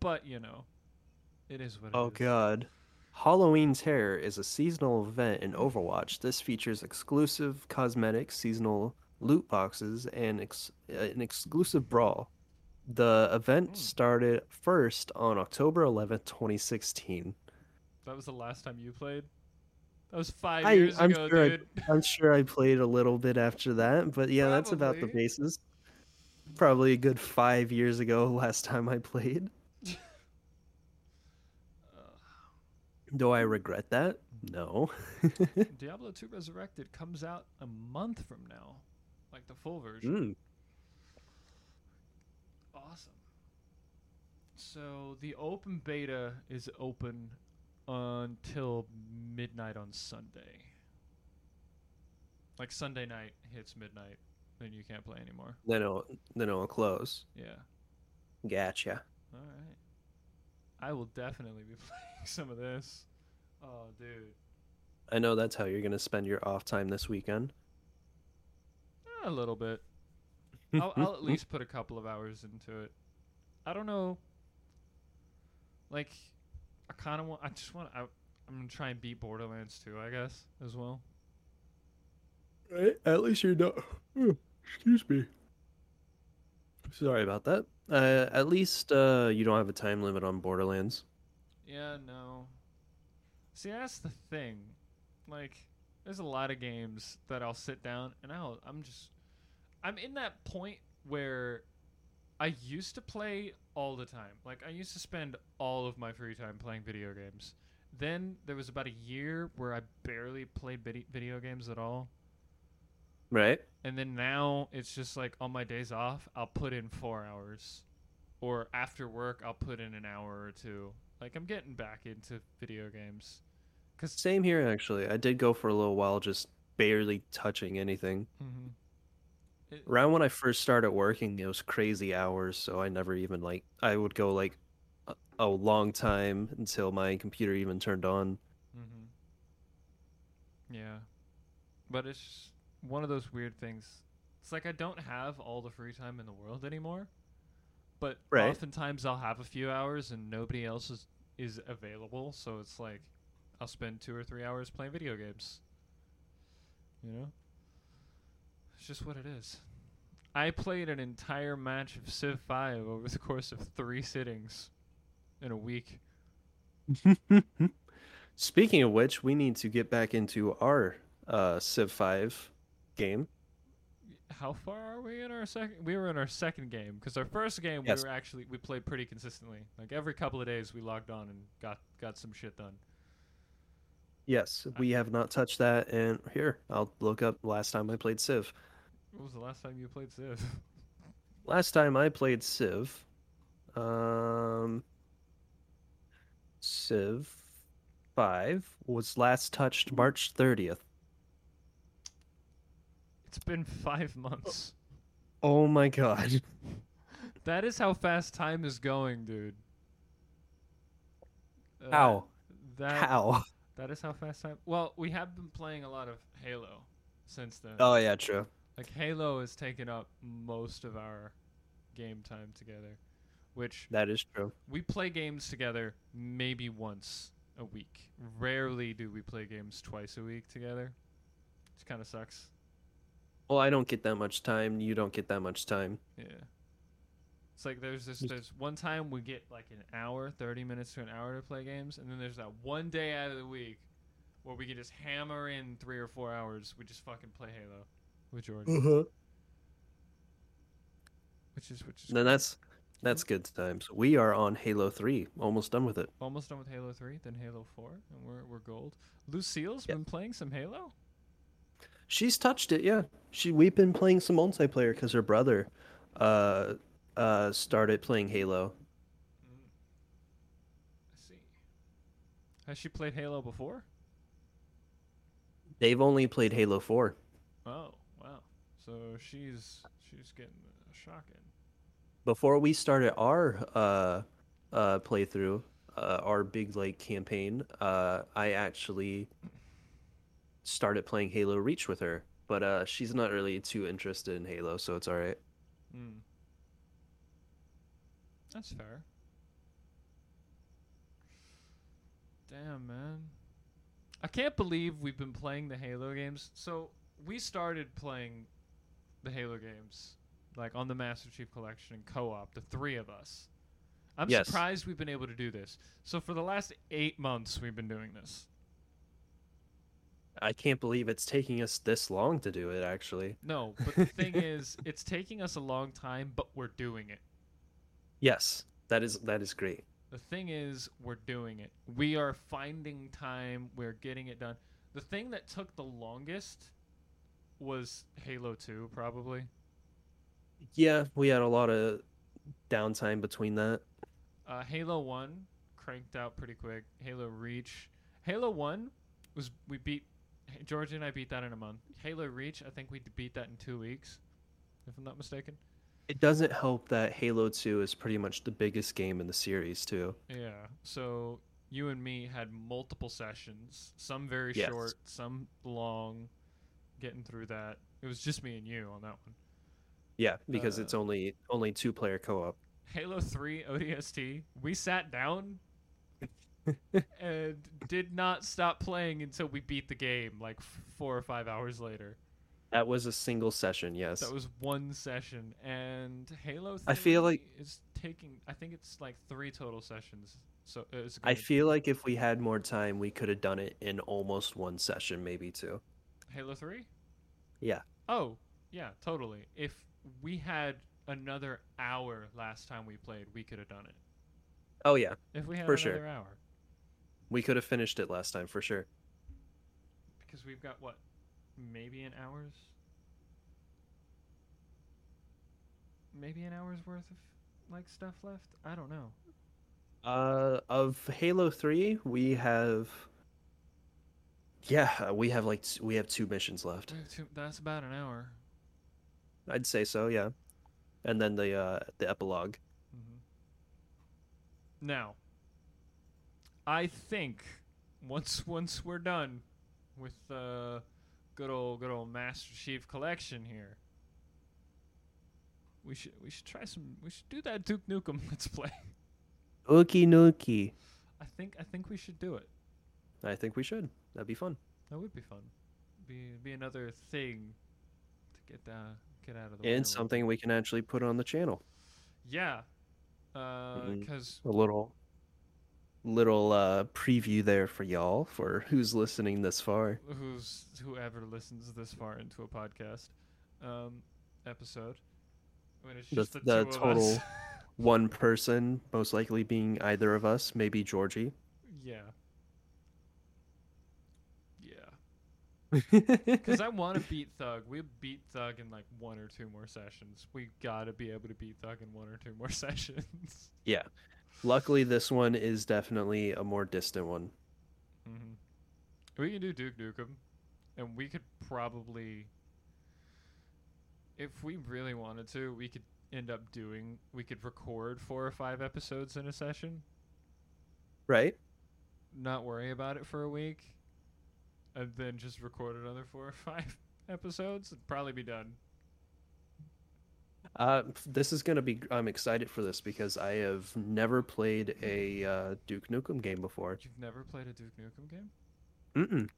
But you know, it is what it is.
Oh god. Halloween Terror is a seasonal event in Overwatch. This features exclusive cosmetics, seasonal loot boxes, and ex- uh, an exclusive brawl. The event
Mm.
started first on October 11th, 2016.
That was the last time you played. That was five
I-
years
I'm
ago,
sure I- *laughs*
dude.
I'm sure I played a little bit after that, but yeah, that's about the
Probably.
basis. Probably a good five years ago, *laughs* last time I played.
Uh,
Do I regret that? No.
Uh, Diablo 2 Resurrected
Hmm.
comes out a month from now, like the full version.
Mm.
awesome. So the open beta is open until midnight on Sunday. Like Sunday night hits midnight, then you can't play anymore.
Then it'll then it'll close.
Yeah.
Gotcha.
All right. I will definitely be *laughs* playing some of this. Oh, dude.
I know that's how you're gonna spend your off time this weekend.
Eh, A little bit.
*laughs*
I'll, I'll at least put a couple of hours into it. I don't know. Like, I kind of want. I just want. I, I'm gonna try and beat Borderlands 2, I guess, as well.
Right? At least you're not. Oh, excuse me. Sorry about that. Uh, at least uh, you don't have a time limit on Borderlands.
Yeah, no. See, that's the thing. Like, there's a lot of games that I'll sit down and I'll. I'm just. I'm in that point where I used to play all the time. Like, I used to spend all of my free time playing video games. Then there was about a year where I barely played vid- video games at all.
Right?
And then now it's just like on my days off, I'll put in four hours. Or after work, I'll put in an hour or two. Like, I'm getting back into video games. Because
Same here, actually. I did go for a little while, just barely touching anything. Around when I first started working, it was crazy hours, so I never even like. I would go like a, a long time until my computer even turned on.
Mm-hmm. Yeah. But it's just one of those weird things. It's like I don't have all the free time in the world anymore. But
Right.
oftentimes I'll have a few hours and nobody else is, is available. So it's like I'll spend two or three hours playing video games. You know? It's just what it is. I played an entire match of Civ 5 over the course of three sittings in a week.
Speaking of which, we need to get back into our uh, Civ 5 game.
how far are we in our second we were in our second game because our first game
Yes.
we were actually we played pretty consistently like every couple of days we logged on and got got some shit done
Yes, we have not touched that. And here, I'll look up last time I played Civ.
what was the last time you played civ *laughs*
Last time I played Civ, um, Civ 5 was last touched March 30th.
it's been five months
Oh my god.
that is how fast time is going dude Uh,
How?
that
How?
that is how fast time well we have been playing a lot of halo since then
Oh yeah, true.
like halo has taken up most of our game time together which
That is true.
we play games together maybe once a week. Rarely do we play games twice a week together. Which kind of sucks.
Well, I don't get that much time. You don't get that much time.
Yeah. It's like there's this
Just-
there's one time we get like an hour, 30 minutes to an hour to play games, and then there's that one day out of the week where we can just hammer in 3 or 4 hours we just fucking play Halo with Jordan,
Uh-huh.
which is which is
Then that's that's good times. We are on Halo 3, almost done with it.
almost done with Halo 3, then Halo 4, and we're we're gold. Lucille's
Yeah.
been playing some Halo?
She's touched it, yeah. She we've been playing some multiplayer cuz her brother uh uh started playing Halo.
Let's see. Has she played Halo before?
They've only played Halo 4.
Oh, wow. So she's she's getting a shock in.
before we started our uh, uh, playthrough, uh, our big like campaign, uh, I actually started playing Halo Reach with her, but uh, she's not really too interested in Halo, so it's all right.
Mm. That's fair. Damn, man. I can't believe we've been playing the Halo games. So we started playing the Halo games, like on the Master Chief Collection and co-op, the three of us. I'm
Yes.
surprised we've been able to do this. So for the last eight months, we've been doing this.
I can't believe it's taking us this long to do it. Actually,
No, but the thing is, it's taking us a long time, but we're doing it.
yes, that is that is great.
The thing is, we're doing it. We are finding time. We're getting it done. The thing that took the longest was Halo 2, probably.
Yeah, we had a lot of downtime between that?
Uh, Halo One cranked out pretty quick. Halo Reach, Halo One was we beat Georgia and I beat that in a month. Halo Reach, I think we beat that in two weeks, if I'm not mistaken.
It doesn't help that Halo 2 is pretty much the biggest game in the series, too.
Yeah. So you and me had multiple sessions, some very
Yes.
short, some long, getting through that. It was just me and you on that one.
Yeah, because
Uh,
it's only only two player co op.
Halo 3 ODST, we sat
*laughs*
down and did not stop playing until we beat the game like f- four or five hours later.
That was a single session, yes.
That was one session, and Halo. 3
I feel like-
is taking. I think it's like three total sessions. So uh, it's
I
good.
feel like if we had more time, we could have done it in almost one session, maybe two.
Halo Three.
Yeah.
Oh yeah, totally. If we had another hour last time we played, we could have done it.
Oh, yeah.
If we had
For
another
sure.
hour,
We could have finished it last time for sure.
because we've got what, maybe an hour's, maybe an hour's worth of like stuff left. I don't know.
Uh, of Halo 3, we have. Yeah, we have like t- we have two missions left.
We have two- That's about an hour.
I'd say so, yeah. And then the uh the epilogue.
Mm-hmm. Now, I think once *laughs* once we're done with uh, good old good old Master Chief Collection here, we should we should try some we should do that Duke Nukem *laughs* Let's Play.
Ookie nookie.
I think I think we should do it.
I think we should. That'd be fun.
That would be fun. Be be another thing to get uh, get out of the way. a little
And something we can actually put on the channel.
bit. Yeah, uh,
Mhm.
because
A little little uh preview there for y'all for who's listening this far.
who's whoever listens this far into a podcast um, episode. When it's
The-
just the, two
the
of us. *laughs*
total- One person, most likely being either of us, maybe *laughs* Georgie.
yeah. Yeah. Because I
*laughs*
want to beat Thug. We beat Thug in like one or two more sessions. We gotta be able to beat Thug in one or two more *laughs* sessions.
yeah. Luckily this one is definitely a more distant one.
hmm We can do Duke Nukem, and we could probably, if we really wanted to, we could end up doing. We could record four or five episodes in a session,
Right?
not worry about it for a week, and then just record another four or *laughs* five episodes and probably be done.
Uh, this is gonna be. I'm excited for this because I have never played a uh, Duke Nukem game before.
You've never played a Duke Nukem game?
Mm-mm.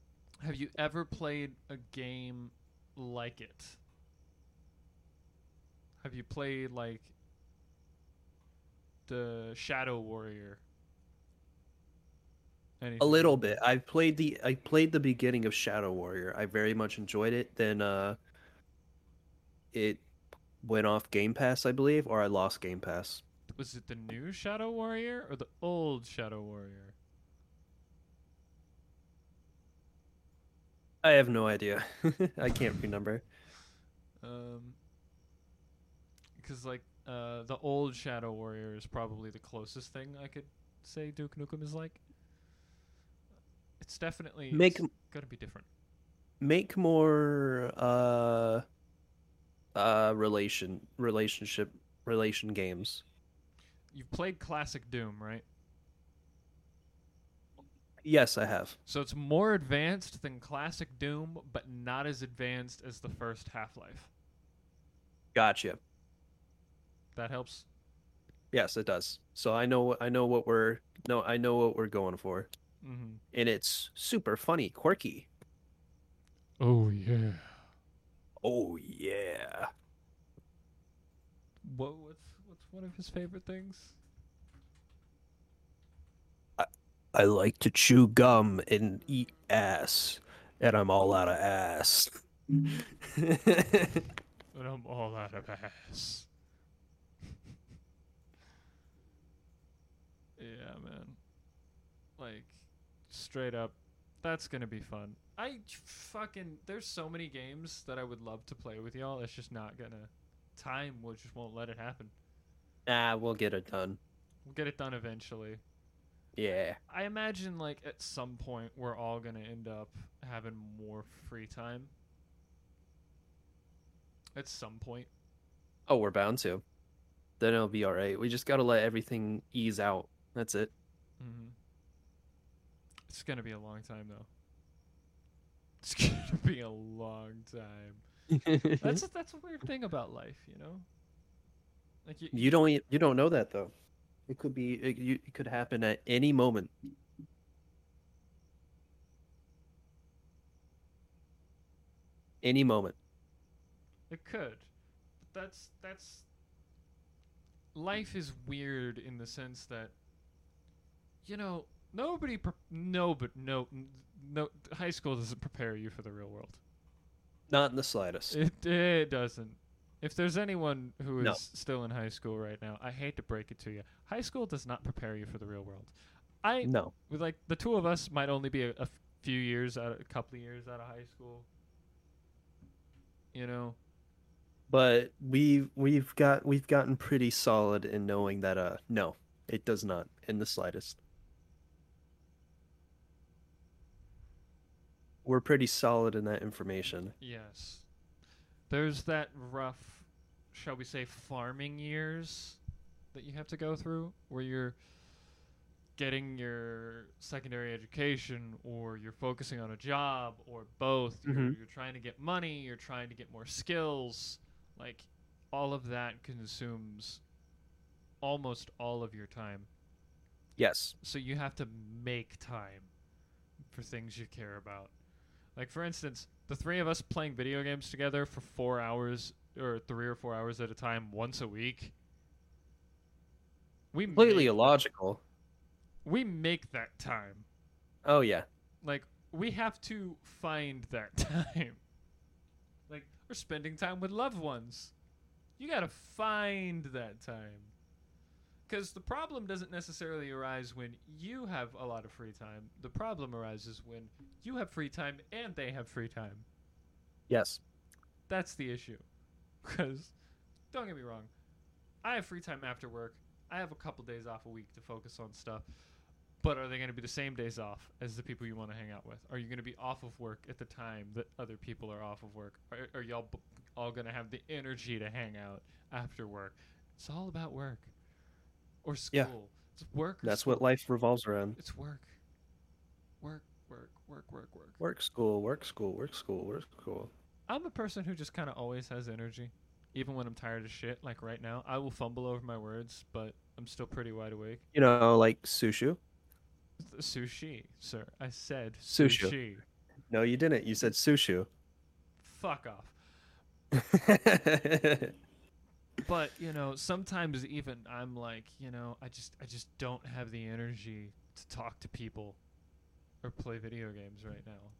Have you ever played a game like it? Have you played like the Shadow Warrior? Anything?
A little bit. I played the. I played the beginning of Shadow Warrior. I very much enjoyed it. Then, uh, it went off Game Pass, I believe, or I lost Game Pass.
Was it the new Shadow Warrior or the old Shadow Warrior?
I have no idea. *laughs* I can't remember.
Um, because like uh, the old Shadow Warrior is probably the closest thing I could say Duke Nukem is like. It's definitely
Make
it's gonna be different.
make more uh, uh, relation relationship relation games.
You've played classic Doom, right?
Yes, I have.
So it's more advanced than classic Doom, but not as advanced as the first Half Life.
Gotcha.
That helps.
Yes, it does. So I know I know what we're no I know what we're going for,
Mm-hmm.
and it's super funny, quirky.
Oh yeah.
Oh yeah.
What what's what's one of his favorite things?
I like to chew gum and eat ass, and I'm all out of ass. *laughs*
But I'm all out of ass. *laughs* yeah, man. Like, straight up, that's gonna be fun. I fucking there's so many games that I would love to play with y'all. It's just not gonna. Time will just won't let it happen.
Nah, we'll get it done.
We'll get it done eventually.
Yeah.
I imagine like at some point we're all gonna end up having more free time. At some point.
Oh, we're bound to. Then it'll be all right. We just got to let everything ease out. That's it.
Mm-hmm. It's gonna be a long time though. It's *laughs* gonna be a long time. That's
*laughs*
a, that's a weird thing about life, you know. Like you,
you don't e, you don't know that though. It could be it, you, it could happen at any moment. Any moment.
it could. But that's that's life is weird in the sense that you know nobody pre- no but no no high school doesn't prepare you for the real world.
Not in the slightest.
*laughs* It, it doesn't. If there's anyone who is
No.
still in high school right now, I hate to break it to you. High school does not prepare you for the real world. I
No.
with like the two of us might only be a, a few years out, a couple of years out of high school. You know,
But we we've got we've gotten pretty solid in knowing that uh no, it does not in the slightest. We're pretty solid in that information.
yes. There's that rough, shall we say, farming years that you have to go through where you're getting your secondary education or you're focusing on a job or both. You're,
Mhm.
you're trying to get money, you're trying to get more skills. Like, all of that consumes almost all of your time.
Yes.
so you have to make time for things you care about. Like for instance, the three of us playing video games together for 4 hours or 3 or 4 hours at a time once a week. We
Completely
make,
illogical.
we make that time.
Oh yeah.
Like we have to find that *laughs* time. Like we're spending time with loved ones. You got to find that time. Cuz the problem doesn't necessarily arise when you have a lot of free time. The problem arises when you have free time and they have free time.
Yes.
That's the issue. *laughs* Cuz don't get me wrong. I have free time after work. I have a couple days off a week to focus on stuff. But are they going to be the same days off as the people you want to hang out with? Are you going to be off of work at the time that other people are off of work? Are, are y'all b- all going to have the energy to hang out after work? It's all about work or school.
Yeah.
It's work. Or
That's
school.
what life revolves around.
It's work. Work, work, work, work, work.
Work, school, work, school, work, school, work, school.
I'm a person who just kind of always has energy, even when I'm tired as shit. Like right now, I will fumble over my words, but I'm still pretty wide awake.
You know, like Sushu.
Th- Sushi, sir. I said
Sushi.
sushi.
No, you didn't. You said *laughs* Sushu.
Fuck off. But you know, sometimes even I'm like, you know, I just I just don't have the energy to talk to people or play video games right now.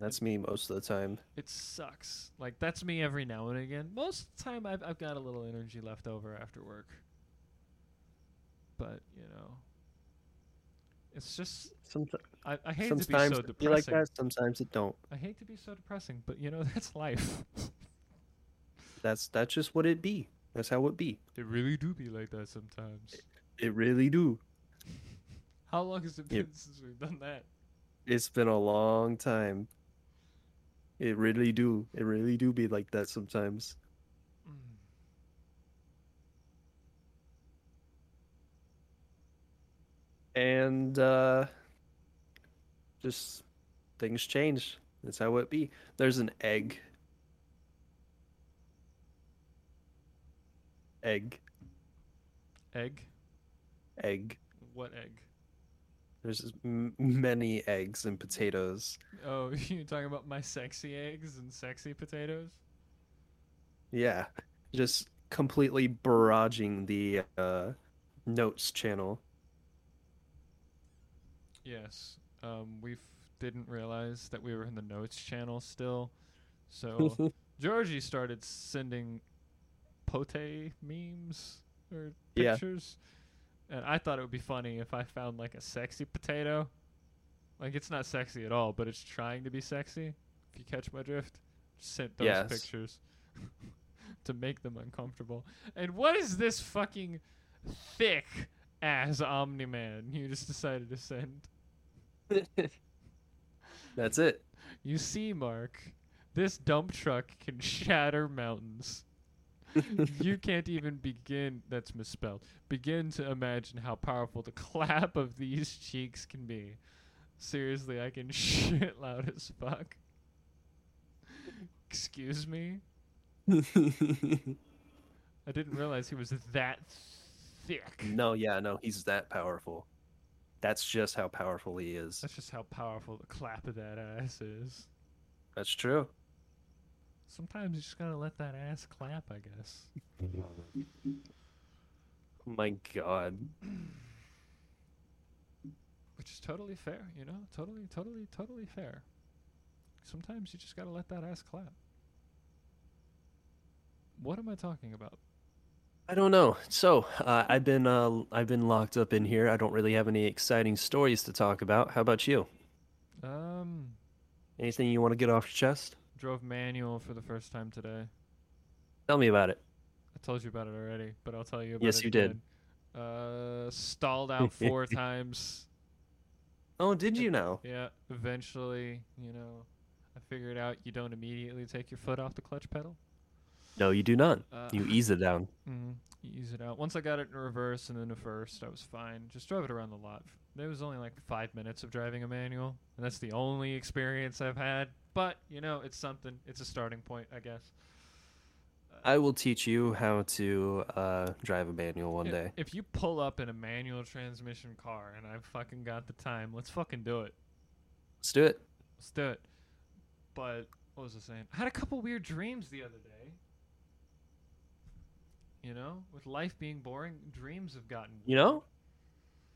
That's me most of the time.
It sucks. Like that's me every now and again. Most of the time I've I've got a little energy left over after work. But, you know, it's just
Sometimes,
I, I hate to
sometimes
be so
it be like
depressing.
that. Sometimes it don't.
I hate to be so depressing, but you know, *laughs* that's life.
That's that's just what it be. That's how it be.
They really do be like that sometimes.
It really do.
How long has it been
Yeah.
since we've done that?
It's been a long time. It really do. It really do be like that sometimes.
Mm.
and uh, just things change. That's how it be. There's an egg. Egg,
Egg?
egg.
What egg?
There's just m- many eggs and potatoes.
Oh, *laughs* you're talking about my sexy eggs and sexy potatoes?
Yeah, just completely barraging the uh, notes channel.
Yes. Um, we f- didn't realize that we were in the notes channel still.
*laughs*
So
Oh.
Georgie started sending pote memes or
Yeah.
pictures. And I thought it would be funny if I found like a sexy potato. Like it's not sexy at all, but it's trying to be sexy. If you catch my drift, sent those
Yes.
pictures. *laughs* to make them uncomfortable. And what is this fucking thick ass Omni Man you just decided to send?
That's it.
You see, Mark, this dump truck can *laughs* shatter mountains. you can't even begin that's misspelled begin to imagine how powerful the *laughs* clap of these cheeks can be seriously i can *laughs* shit loud as fuck excuse me i didn't realize he was that thick
no, yeah, no, he's that powerful. That's just how powerful he is.
that's just how powerful the clap of that ass is
That's true.
sometimes you just gotta let that ass clap i guess
My God.
which is totally fair, you know, totally, totally, totally fair. Sometimes you just gotta let that ass clap. What am I talking about?
I don't know. So uh, I've been uh, I've been locked up in here. I don't really have any exciting stories to talk about. How about you?
Um,
Anything you want to get off your chest?
drove manual for the first time today.
Tell me about it.
I told you about it already, but I'll tell you about
Yes,
it.
you did.
again. Uh, stalled
*laughs*
out four times.
Oh, did you now?
Yeah, eventually, you know, I figured out you don't immediately take your foot off the clutch pedal.
No, you do not.
Uh,
You ease it down.
Mm, use it out. Once I got it in reverse and then in first, I was fine. Just drove it around the lot. There was only like five minutes of driving a manual, and that's the only experience I've had. But you know, it's something. It's a starting point, I guess.
I will teach you how to uh, drive a manual one
If-
day.
If you pull up in a manual transmission car and I've fucking got the time, let's fucking do it.
Let's do it.
Let's do it. But what was I saying? I had a couple weird dreams the other day. You know, with life being boring, dreams have gotten.
You know,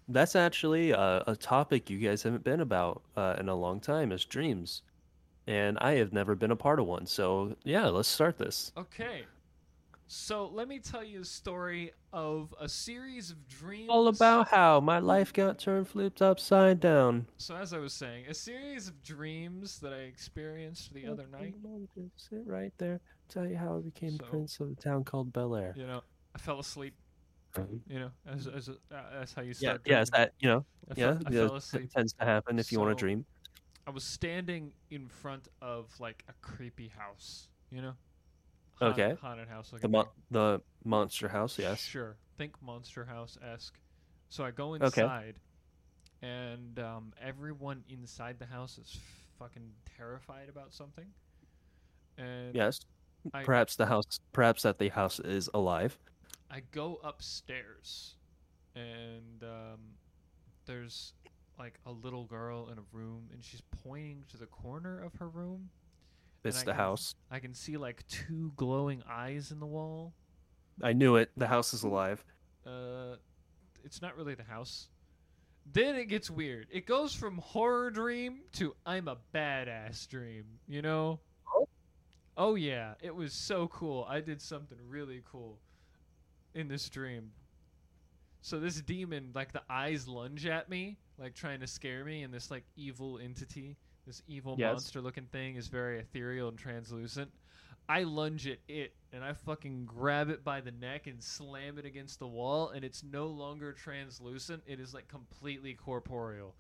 that's actually a, a topic you guys haven't been about uh, in a long time is dreams, and I have never been a part of one. So yeah, let's start this.
Okay. So let me tell you the story of a series of dreams.
All about how my life got turned flipped upside down.
So as I was saying, a series of dreams that I experienced the other night.
Sit right there. Tell you how I became
So-
prince of a town called Bel Air.
You know, I fell asleep. You know, as as uh, that's how you
Yeah,
start.
yeah, is
dreaming.
that you know?
I
yeah,
fell, I
yeah,
fell
t-
asleep.
tends to happen if you want
So-
to dream.
I was standing in front of like a creepy house. You know.
Okay.
Haunted, haunted house.
The
looking
mon-
thing.
the monster house, yes.
Sure. Think Monster House esque. So I go
Okay.
inside, and um, everyone inside the house is fucking terrified about something. And
Yes.
I-
Perhaps the house perhaps that the house is alive.
I go upstairs, and um, there's like a little girl in a room, and she's pointing to the corner of her room.
It's
I
the
can-
house.
I can see like two glowing eyes in the wall.
I knew it. The house is alive.
uh, it's not really the house. Then it gets weird. It goes from horror dream to I'm a badass dream, you know?
Oh.
Oh, yeah. It was so cool. I did something really cool in this dream. So, this demon, like, the eyes lunge at me, like, trying to scare me, and this, like, evil entity, this evil
Yes.
monster looking thing is very ethereal and translucent. I lunge at it and I fucking grab it by the neck and slam it against the wall and it's no longer translucent. It is like completely corporeal.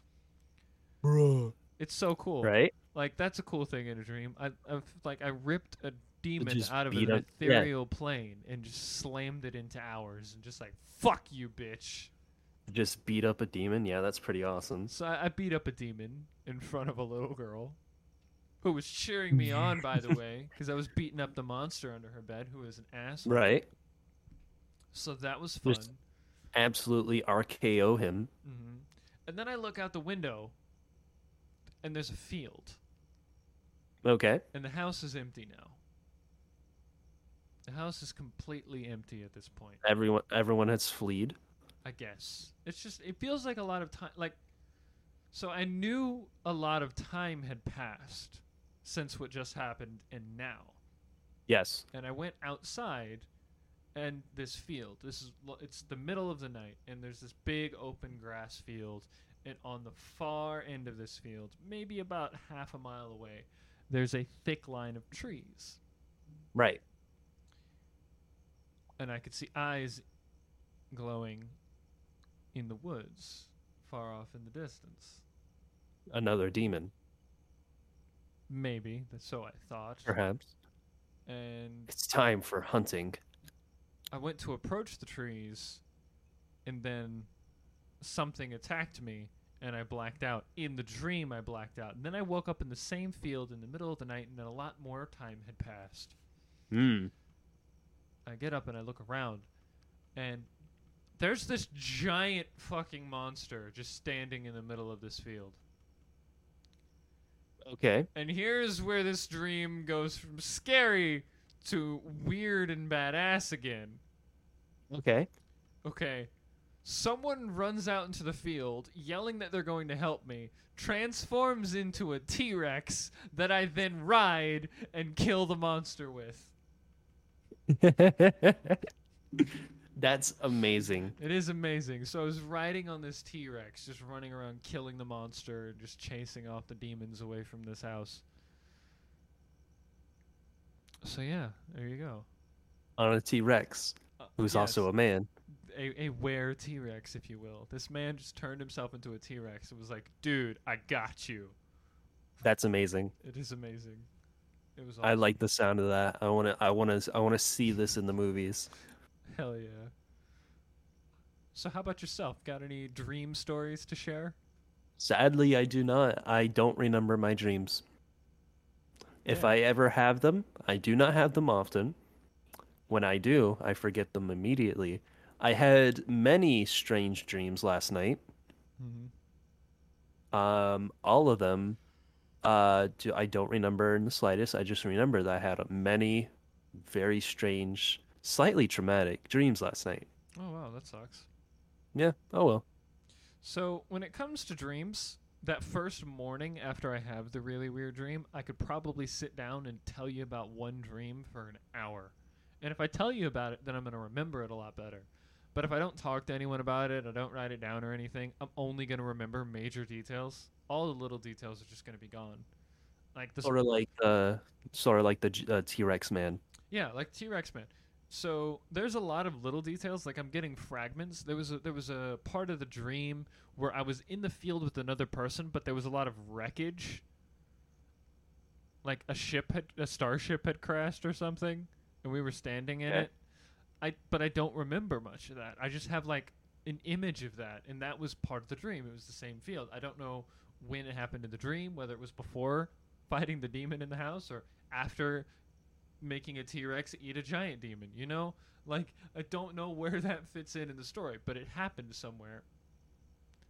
Bro.
It's so cool.
Right?
Like that's a cool thing in a dream. I I've, like I ripped a demon
just
out of
beat
an
up- yeah.
ethereal plane and just slammed it into ours and just like fuck you bitch.
Just beat up a demon. Yeah, that's pretty awesome.
So I, I beat up a demon in front of a little girl who was cheering me on by the way cuz I was beating up the monster under her bed who is an asshole.
Right.
So that was fun.
There's- Absolutely RKO him.
hmm And then I look out the window, and there's a field,
Okay.
and the house is empty now. The house is completely empty at this point.
Everyone everyone has fleed.
I guess it's just it feels like a lot of time. Like, so I knew a lot of time had passed since what just happened, and now.
Yes.
and I went outside and this field this is lo- it's the middle of the night and there's this big open grass field and on the far end of this field maybe about half a mile away there's a thick line of trees
Right.
and I could see eyes glowing in the woods far off in the distance.
Another demon,
Maybe, that's so I thought.
perhaps.
And
It's time for hunting.
I went to approach the trees, and then something attacked me, and I blacked out. In the dream, I blacked out. And then I woke up in the same field in the middle of the night, and then a lot more time had passed.
Hmm.
I get up and I look around, and there's this giant fucking monster just standing in the middle of this field.
Okay.
And here's where this dream goes from scary to weird and badass again.
Okay.
Okay. Someone runs out into the field yelling that they're going to help me, transforms into a T Rex that I then ride and kill the monster with.
*laughs* That's amazing.
It is amazing. So I was riding on this T Rex, just running around killing the monster and just chasing off the demons away from this house. So yeah, there you go.
On a T Rex,
Uh,
who's also a
yes,
man.
a, a were T Rex, if you will. This man just turned himself into a T Rex and was like, dude, I got you.
That's amazing.
It is amazing. It was awesome.
I like the sound of that. I want to. I want to. I want to see this in the movies.
Hell yeah. So how about yourself? Got any dream stories to share?
Sadly, I do not. I don't remember my dreams. If
Yeah.
I ever have them, I do not have them often. When I do, I forget them immediately. I had many strange dreams last night.
Mm-hmm.
Um, all of them, uh, do, I don't remember in the slightest. I just remember that I had many very strange, slightly traumatic dreams last night.
Oh wow, that sucks.
Yeah. Oh well.
So when it comes to dreams, that first morning after I have the really weird dream, I could probably sit down and tell you about one dream for an hour. And if I tell you about it, then I'm going to remember it a lot better. But if I don't talk to anyone about it, I don't write it down or anything, I'm only going to remember major details. All the little details are just going to be gone. Like this
Sort of like uh, sort of like the J- uh, T Rex man.
Yeah, like T Rex man. So there's a lot of little details. Like I'm getting fragments. There was a, there was a part of the dream where I was in the field with another person, but there was a lot of wreckage. Like a ship had a starship had crashed or something, and we were standing in
Okay.
it. I but I don't remember much of that. I just have like an image of that, and that was part of the dream. It was the same field. I don't know when it happened in the dream, whether it was before *laughs* fighting the demon in the house or after making a T-Rex eat a giant demon, you know? Like I don't know where *laughs* that fits in in the story, but it happened somewhere.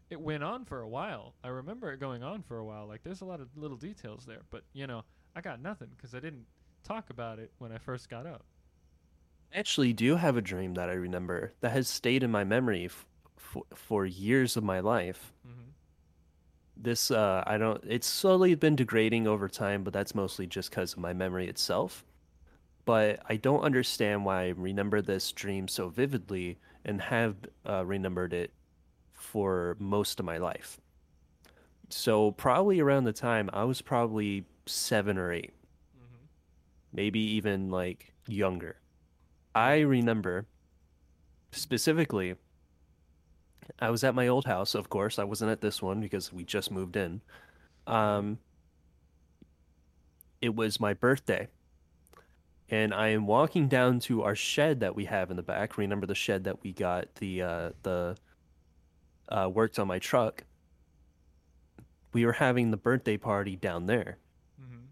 It went on for a while. I remember it going on for a while. Like there's a lot of little details there, but you know, I got nothing cuz I didn't talk about it when I first got up.
I actually do have a dream that I remember that has stayed in my memory f- for for years of my life.
Mhm.
This uh, I don't. It's slowly been degrading over time, but that's mostly just because of my memory itself. But I don't understand why I remember this dream so vividly and have uh, remembered it for most of my life. So probably around the time I was probably seven or eight.
Mhm.
maybe even like younger. I remember specifically, I was at my old house, of course. I wasn't at this one because we just moved in. Um, it was my birthday. And I am walking down to our shed that we have in the back. Remember the shed that we got the uh, the uh, worked on my truck. We were having the birthday party down there
Mhm.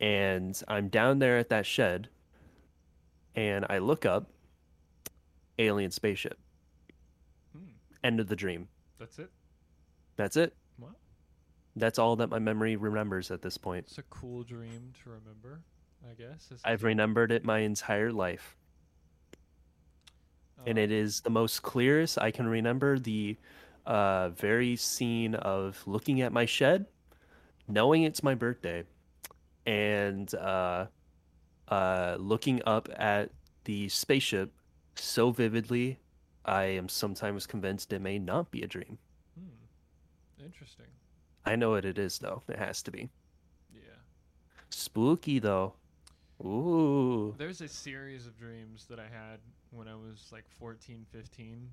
and I'm down there at that shed, and I look up alien spaceship.
Hmm.
End of the dream.
That's it.
That's it.
Wow.
That's all that my memory remembers at this point.
It's a cool dream to remember, I guess. Is
I've remembered it my entire life, and
uh,
it is the most clearest I can remember the uh, very scene of looking at my shed, knowing it's my birthday, and uh, uh, looking up at the spaceship so vividly, I am sometimes convinced it may not be a dream.
hmm. Interesting.
I know what it is, though. It has to be
Yeah.
spooky, though. Ooh.
There's a series of dreams that I had when I was like 14, 15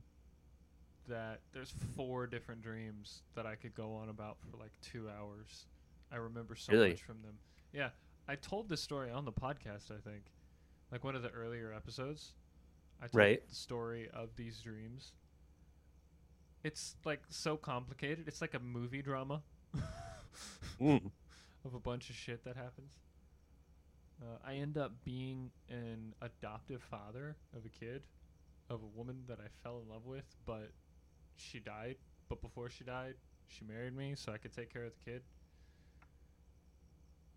that there's four different dreams that I could go on about for like 2 hours. I remember so
Really?
much from them. Yeah, I told this story on the podcast, I think. Like one of the earlier episodes. I told
Right.
the story of these dreams. It's like so complicated. It's like a movie drama. *laughs*
Mm.
of a bunch of shit that happens. Uh, I end up being an adoptive father of a kid, of a woman that I fell in love with, but she died. But before she died, she married me so I could take care of the kid.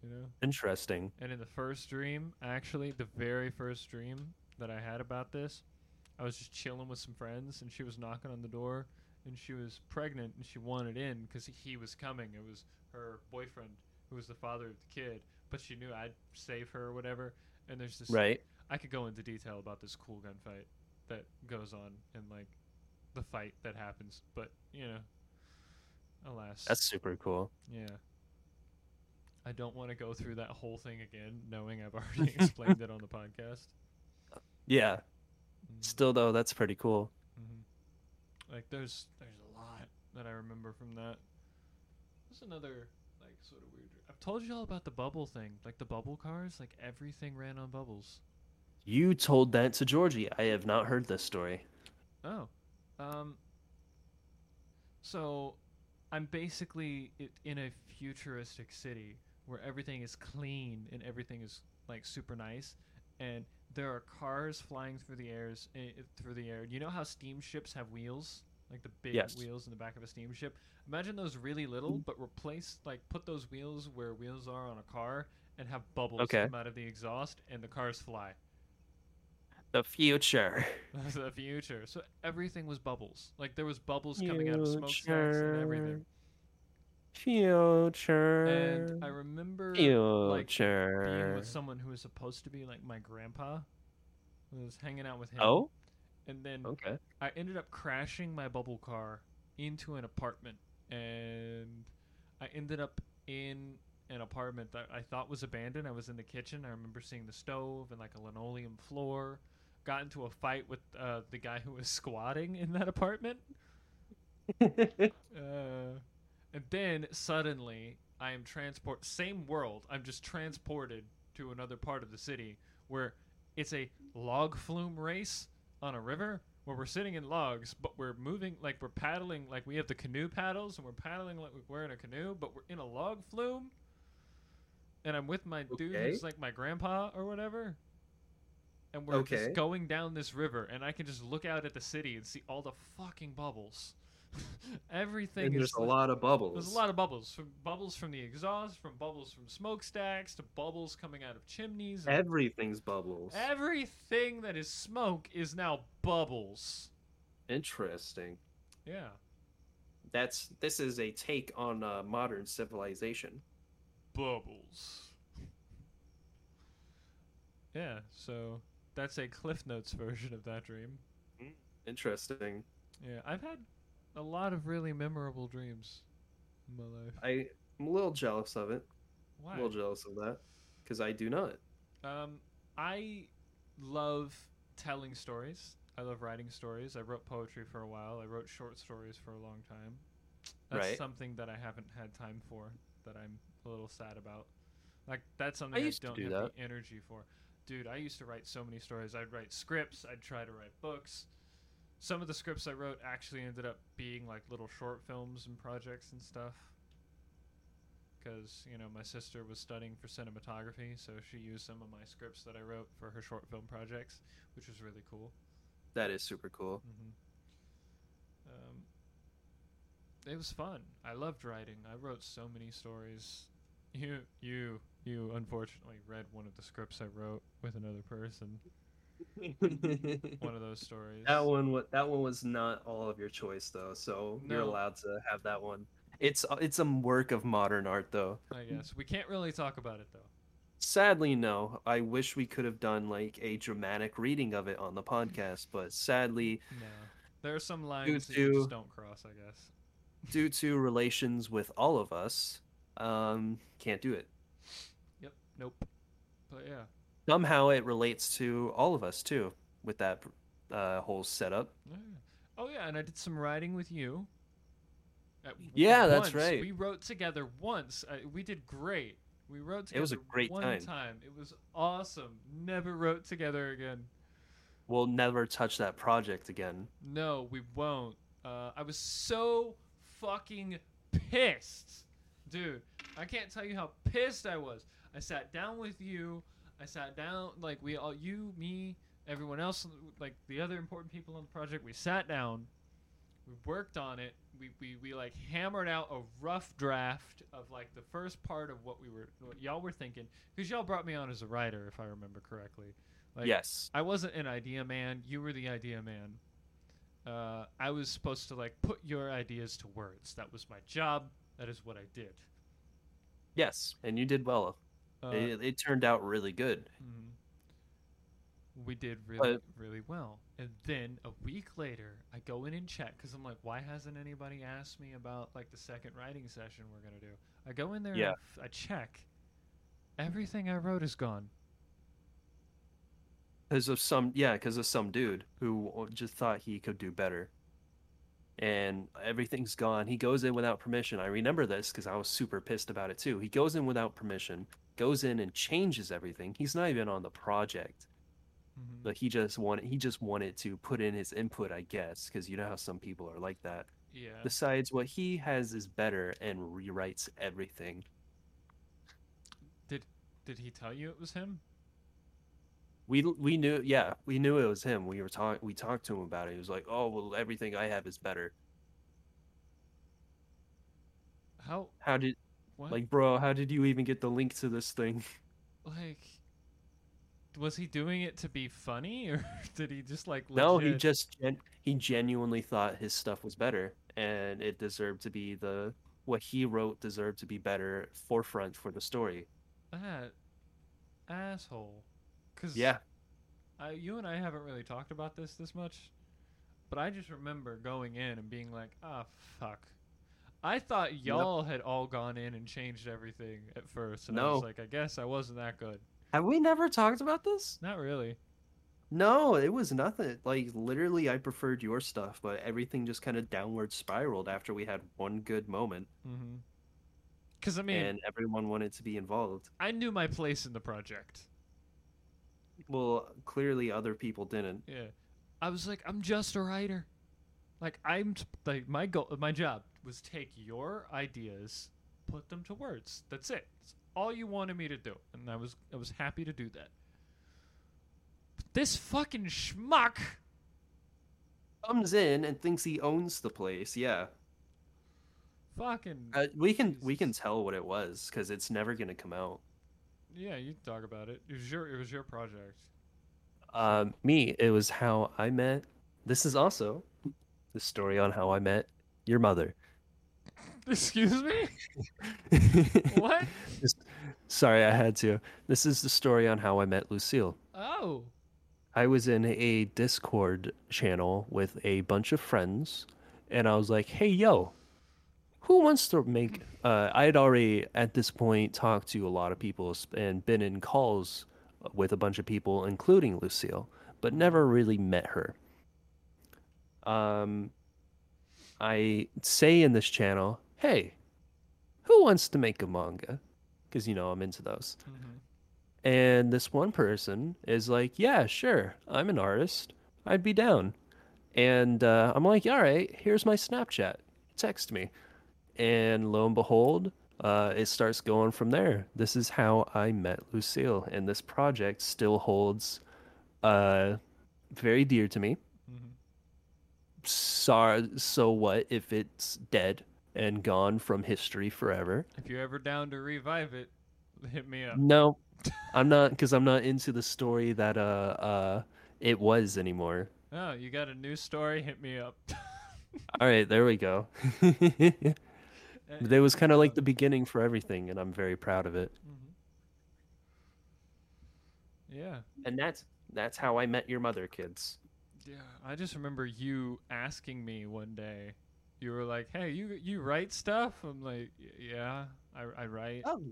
You know?
Interesting.
And in the first dream, actually, the very first dream that I had about this, I was just chilling with some friends, and she was knocking on the door, and she was pregnant, and she wanted in because he was coming. It was her boyfriend who was the father of the kid, but she knew I'd save her or whatever. And there's this.
Right.
I could go into detail about this cool gunfight that goes on and like the fight that happens, but you know, alas,
That's super cool.
yeah. I don't want to go through that whole thing again, knowing I've already explained it on the podcast.
Yeah. Still though, that's pretty cool.
Mm-hmm. Like there's there's a lot that I remember from that. There's another like sort of weird. I've told you all about the bubble thing, like the bubble cars. Like everything ran on bubbles.
You told that to Georgie. I have not heard this story.
Oh, um. So, I'm basically i- in a futuristic city where everything is clean and everything is like super nice, and there are cars flying through the airs eh, eh, through the air. You know how steamships have wheels, like the big
Yes. Mm-hmm.
wheels in the back of a steamship. Imagine those really little, but replace like put those wheels where wheels are on a car and have bubbles
Okay.
come out of the exhaust, and the cars fly.
The future.
That's *laughs* the future. So everything was bubbles. Like there was bubbles coming out of smokestacks and everything.
Future.
And I remember like, being
future.
with someone who was supposed to be like my grandpa. I was hanging out with him.
oh,
And then *laughs*
okay.
I ended up crashing my bubble car into an apartment, and I ended up in an apartment that I thought was abandoned. I was in the kitchen. I remember seeing the stove and like a linoleum floor. Got into a fight with uh, the guy who was *laughs* squatting in that apartment. Uh, and then suddenly I am transport same world. I'm just transported to another part of the city where it's a log flume race on a river where we're sitting in logs, but we're moving like we're paddling like we have the canoe paddles and we're paddling like we're in a canoe, but we're in a log flume. And I'm with my dude
Okay.
who's like my grandpa or whatever. And we're
Okay.
just going down this river, and I can just look out at the city and see all the fucking bubbles. *laughs* Everything
And
is
there's a
like-
lot of bubbles.
there's a lot of bubbles from bubbles from the exhaust, from bubbles from smokestacks, to bubbles coming out of chimneys. and
Everything's bubbles.
everything that is smoke is now bubbles.
Interesting.
Yeah,
That's this is a take on uh, modern civilization.
bubbles. Yeah, so that's a Cliff Notes version of that dream.
Interesting.
Yeah, I've had a lot of really memorable dreams in my life.
I, I'm a little jealous of it.
Why?
A little jealous of that because I do not.
Um, I love telling stories. I love writing stories. I wrote poetry for a while. I wrote short stories for a long time. That's
Right.
something that I haven't had time for. That I'm a little sad about. Like that's something
I
I,
used to
don't
do
have
that.
the energy for. Dude, I used to write so many stories. I'd write scripts. I'd try to write books. Some of the scripts I wrote actually ended up being like little short films and projects and stuff because you know my sister was studying for cinematography, so she used some of my scripts that I wrote for her short film projects, which was really cool.
That is super
*laughs*
cool. *laughs*
Mm-hmm. Um, it was fun. I loved writing. I wrote so many stories. You, you, you, unfortunately, read one of the scripts I wrote with another person.
that
One of those stories.
one, wa- that one was not all of your choice though, so you're
No.
allowed to have that one. uh,
It's it's a work of modern art, though.
I guess we can't really talk about it though.
Sadly, no. I wish we could have done like a dramatic reading of it on the podcast, but sadly,
No, there are some lines that you
to-
just don't cross. I guess.
due to relations with all of us, um, can't do it.
Yep. Nope. But yeah,
somehow it relates to all of us too with that uh, whole setup.
Yeah. Oh yeah, and I did some writing with you. Uh, w-
Yeah, that's
once.
right.
We wrote together once. I, we did great. We wrote together.
It was a great
one
time.
It was awesome. Never wrote together again.
We'll never touch that project again.
No, we won't. Uh, I was so fucking pissed, dude. I can't tell you how pissed I was. I sat down with you. I sat down like we all, you, me, everyone else, like the other important people on the project. We sat down. We worked on it. We, we, we like hammered out a rough draft of like the first part of what we were what y'all were thinking because y'all brought me on as a writer if I remember correctly. Like,
yes.
I wasn't an idea man. You were the idea man. Uh, I was supposed to like put your ideas to words. That was my job. That is what I did.
Yes. And you did well.
Uh,
it, it turned out really good.
mhm. We did really,
But-
really well. And then a week later, I go in and check because I'm like, why hasn't anybody asked me about like the second writing session we're gonna do? I go in there.
Yeah.
And f- I check. Everything I wrote is gone.
Because of some, yeah, because of some dude who just thought he could do better. And everything's gone. He goes in without permission. I remember this because I was super pissed about it too. He goes in without permission, goes in and changes everything. He's not even on the project,
Mhm.
but he just wanted he just wanted to put in his input, I guess, because you know how some people are like that.
yeah.
Decides what he has is better and rewrites everything.
Did he tell you it was him?
we we knew yeah we knew it was him we were talking we talked to him about it he was like oh well everything i have is better
How?
how did
What?
like bro how did you even get the link to this thing *laughs*
like was he doing it to be funny or *laughs* did he just like
no he
legit-
just gen- he genuinely thought his stuff was better and it deserved to be the what he wrote deserved to be better forefront for the story
that asshole because
yeah
I, you and i haven't really talked about this this much but i just remember going in and being like ah fuck i thought y'all had all gone in and changed everything at first and i was
No.
like i guess i wasn't that good
have we never talked about this
not really
no it was nothing like literally i preferred your stuff but everything just kind of downward spiraled after we had one good moment
mm-hmm because i mean
and everyone wanted to be involved
i knew my place in the project
Well, clearly other people didn't.
Yeah. I was like, I'm just a writer. Like I'm t- like my goal my job was take your ideas, put them to words. That's it. It's all you wanted me to do. And I was I was happy to do that. But this fucking schmuck
Comes in and thinks he owns the place. Yeah,
fucking
uh, we can we can
Jesus.
tell what it was because it's never gonna come out.
Yeah, you talk about it. It was your it was your project. *laughs*
Um,
Me, it was how I met. This is also the story on how I met your mother. *laughs*
Excuse me? *laughs* What?
Just- sorry, I had to. This is the story on how I met Lucille.
Oh.
I was in a Discord channel with a bunch of friends, and I was like, "Hey, yo, who wants to make?" Uh, I had already at this point talked to a lot of people s- and been in calls with a bunch of people, including Lucille, but never really met her. Um, I say in this channel, "Hey, who wants to make a manga?" Because you know I'm into those.
Mhm.
And this one person is like, Yeah, sure. I'm an artist. I'd be down. And uh, I'm like, All right, here's my Snapchat. Text me. And lo and behold, uh, it starts going from there. This is how I met Lucille. And this project still holds uh, very dear to me.
Mhm.
So, so what if it's dead and gone from history forever?
If you're ever down to revive it, hit me up.
No, I'm not because I'm not into the story that uh uh it was anymore.
Oh, you got a new story? Hit me up. *laughs*
All right, there
*laughs*
we go. That was kind of like the beginning for everything, and I'm very proud of it.
Mhm. Yeah.
And that's that's how I met your mother, kids.
Yeah. I just remember you asking me one day. You were like, "Hey, you you write stuff?" I'm like, "Y- "Yeah, I I write."
Oh,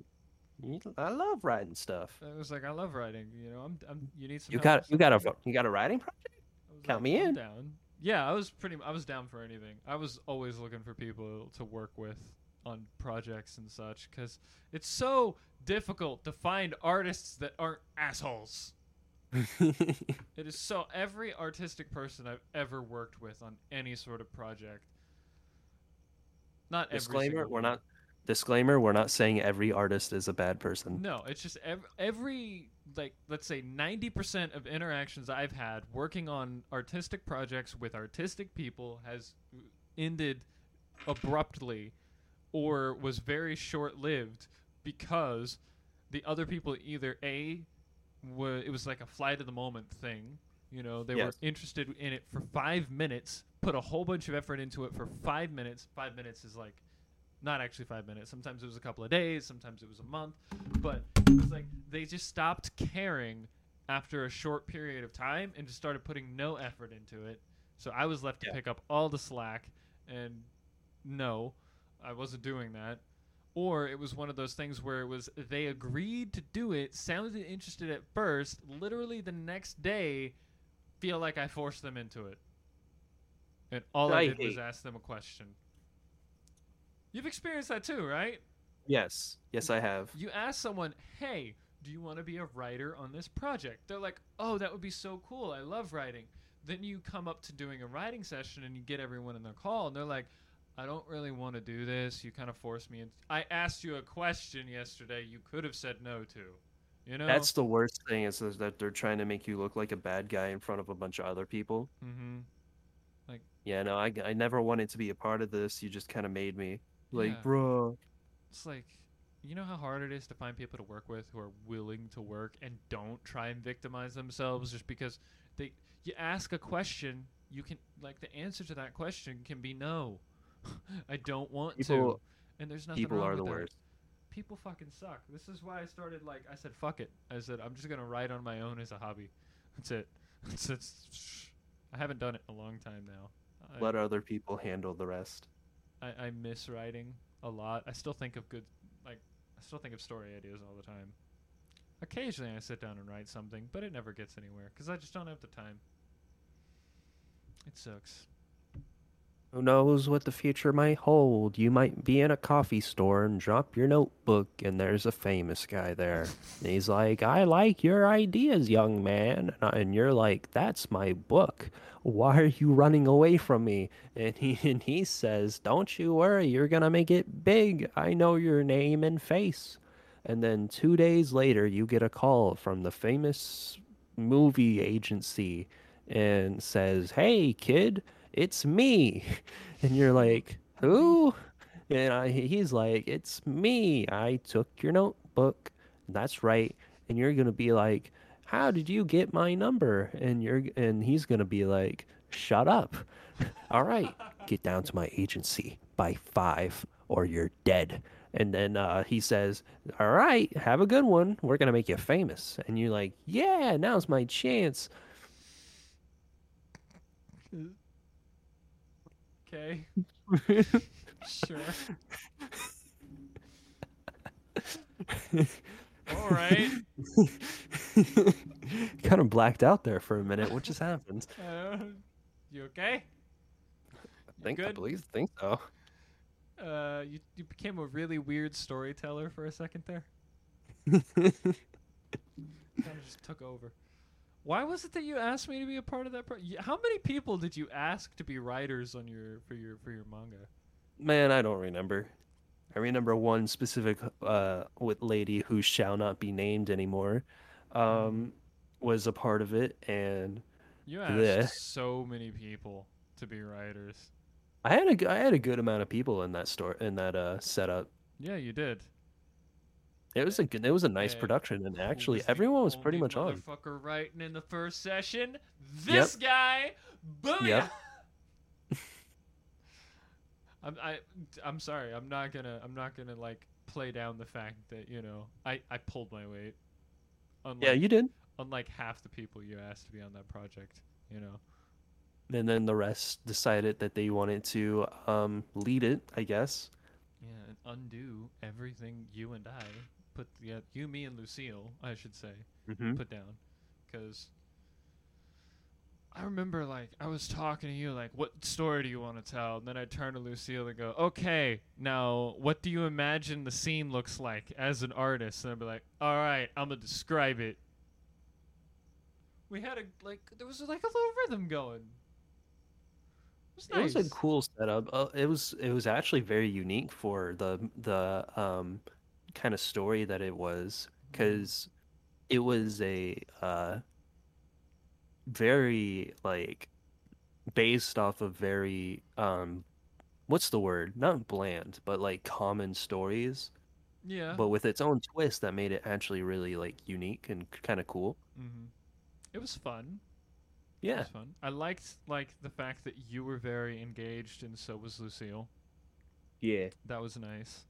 I love writing stuff.
I was like, I love writing. You know, I'm, I'm you need some.
You
help
got
with
you got
something?"
a you got a writing project?
I was
count
like,
me
"I'm
in."
Down. Yeah, I was pretty. I was down for anything. I was always looking for people to work with on projects and such because it's so difficult to find artists that aren't assholes. It is so every artistic person I've ever worked with on any sort of project. Not
*laughs*
every
disclaimer:
single
We're
one.
not disclaimer. We're not saying every artist is a bad person.
No, it's just every, every like let's say 90% of interactions I've had working on artistic projects with artistic people has ended abruptly or was very short-lived because the other people either a were, it was like a fly to the moment thing, you know, they
Yes.
were interested in it for 5 minutes, put a whole bunch of effort into it for 5 minutes. 5 minutes is like not actually five minutes. Sometimes it was a couple of days, sometimes it was a month, but it was like they just stopped caring after a short period of time and just started putting no effort into it. So I was left to
Yeah.
pick up all the slack, and no, I wasn't doing that. Or it was one of those things where it was they agreed to do it, sounded interested at first, literally the next day, feel like I forced them into it. And all I,
I
did was
hate-
ask them a question. You've experienced that too, right?
Yes, yes, I have.
You ask someone, hey, do you want to be a writer on this project? They're like, oh, that would be so cool. I love writing. Then you come up to doing a writing session and you get everyone in their call, and they're like, I don't really want to do this. You kind of forced me. In- I asked you a question yesterday you could have said no to. You know?
That's the worst thing is is that they're trying to make you look like a bad guy in front of a bunch of other people.
Mm-hmm.
Yeah, no, I, I never wanted to be a part of this. You just kind of made me like,
Yeah.
bro.
It's like, you know how hard it is to find people to work with who are willing to work and don't try and victimize themselves just because they you ask a question, you can like the answer to that question can be no. *laughs* I don't want
People-
to. And there's nothing
People
wrong
are
with
the
that.
worst.
People fucking suck. This is why I started like I said fuck it. I said I'm just going to write on my own as a hobby. That's it. *laughs* That's, that's I haven't done it in a long time now. I-
Let other people handle the rest.
I, I miss writing a lot. I still think of good, like, I still think of story ideas all the time. Occasionally I sit down and write something, but it never gets anywhere because I just don't have the time. It sucks.
Who knows what the future might hold? You might be in a coffee store and drop your notebook, and there's a famous guy there. And he's like, I like your ideas, young man. And, I, and you're like, That's my book. Why are you running away from me? And he, *laughs* and he says, Don't you worry, you're going to make it big. I know your name and face. And then two days later, you get a call from the famous movie agency and says, Hey, kid, it's me. *laughs* And you're like, Who? And I, he's like, It's me. I took your notebook. That's right. And you're going to be like, How did you get my number? And you're and he's going to be like, Shut up. *laughs* All right, get down to my agency by five or you're dead. And then uh, he says, All right, have a good one. We're going to make you famous. And you're like, Yeah, now's my chance. *laughs*
Okay. sure. All right.
kind of blacked out there for a minute. What just happened?
Uh, you okay?
I
You
think I
good?
believe think so.
Uh, you, you became a really weird storyteller for a second there. kind of just took over. Why was it that you asked me to be a part of that? Pro- y- How many people did you ask to be writers on your for your for your manga?
Man, I don't remember. I remember one specific uh, with lady who shall not be named anymore um, was a part of it, and
You asked
Yeah.
so many people to be writers.
I had a g- I had a good amount of people in that store in that uh setup.
Yeah, you did.
It was a good, it was a nice
Yeah.
production, and
Who
actually
the
everyone was pretty
only
much on.
Motherfucker writing in the first session. This guy, boom.
Yep.
*laughs*
*laughs*
I'm I I'm sorry. I'm not gonna I'm not gonna like play down the fact that you know I I pulled my weight.
Yeah,
Unlike
you did.
unlike half the people you asked to be on that project, you know.
And then the rest decided that they wanted to um lead it, I guess.
Yeah, and undo everything you and I put yeah, you, me, and Lucille, I should say,
Mm-hmm.
put down, because I remember like I was talking to you like, what story do you want to tell? And then I turn to Lucille and go, okay, now what do you imagine the scene looks like as an artist? And I'd be like, all right, I'm gonna describe it. We had a like there was like a little rhythm going. It was,
It was
nice.
a
cool setup. Uh, it was it was actually very unique for the the um, kind of story that it was because it was a uh, very like based off of very um, what's the word? Not bland, but like common stories,
yeah.
but with its own twist that made it actually really like unique and kind of cool.
Mm-hmm. It was fun. It
Yeah,
was fun. I liked like the fact that you were very engaged and so was Lucille.
Yeah.
That was nice.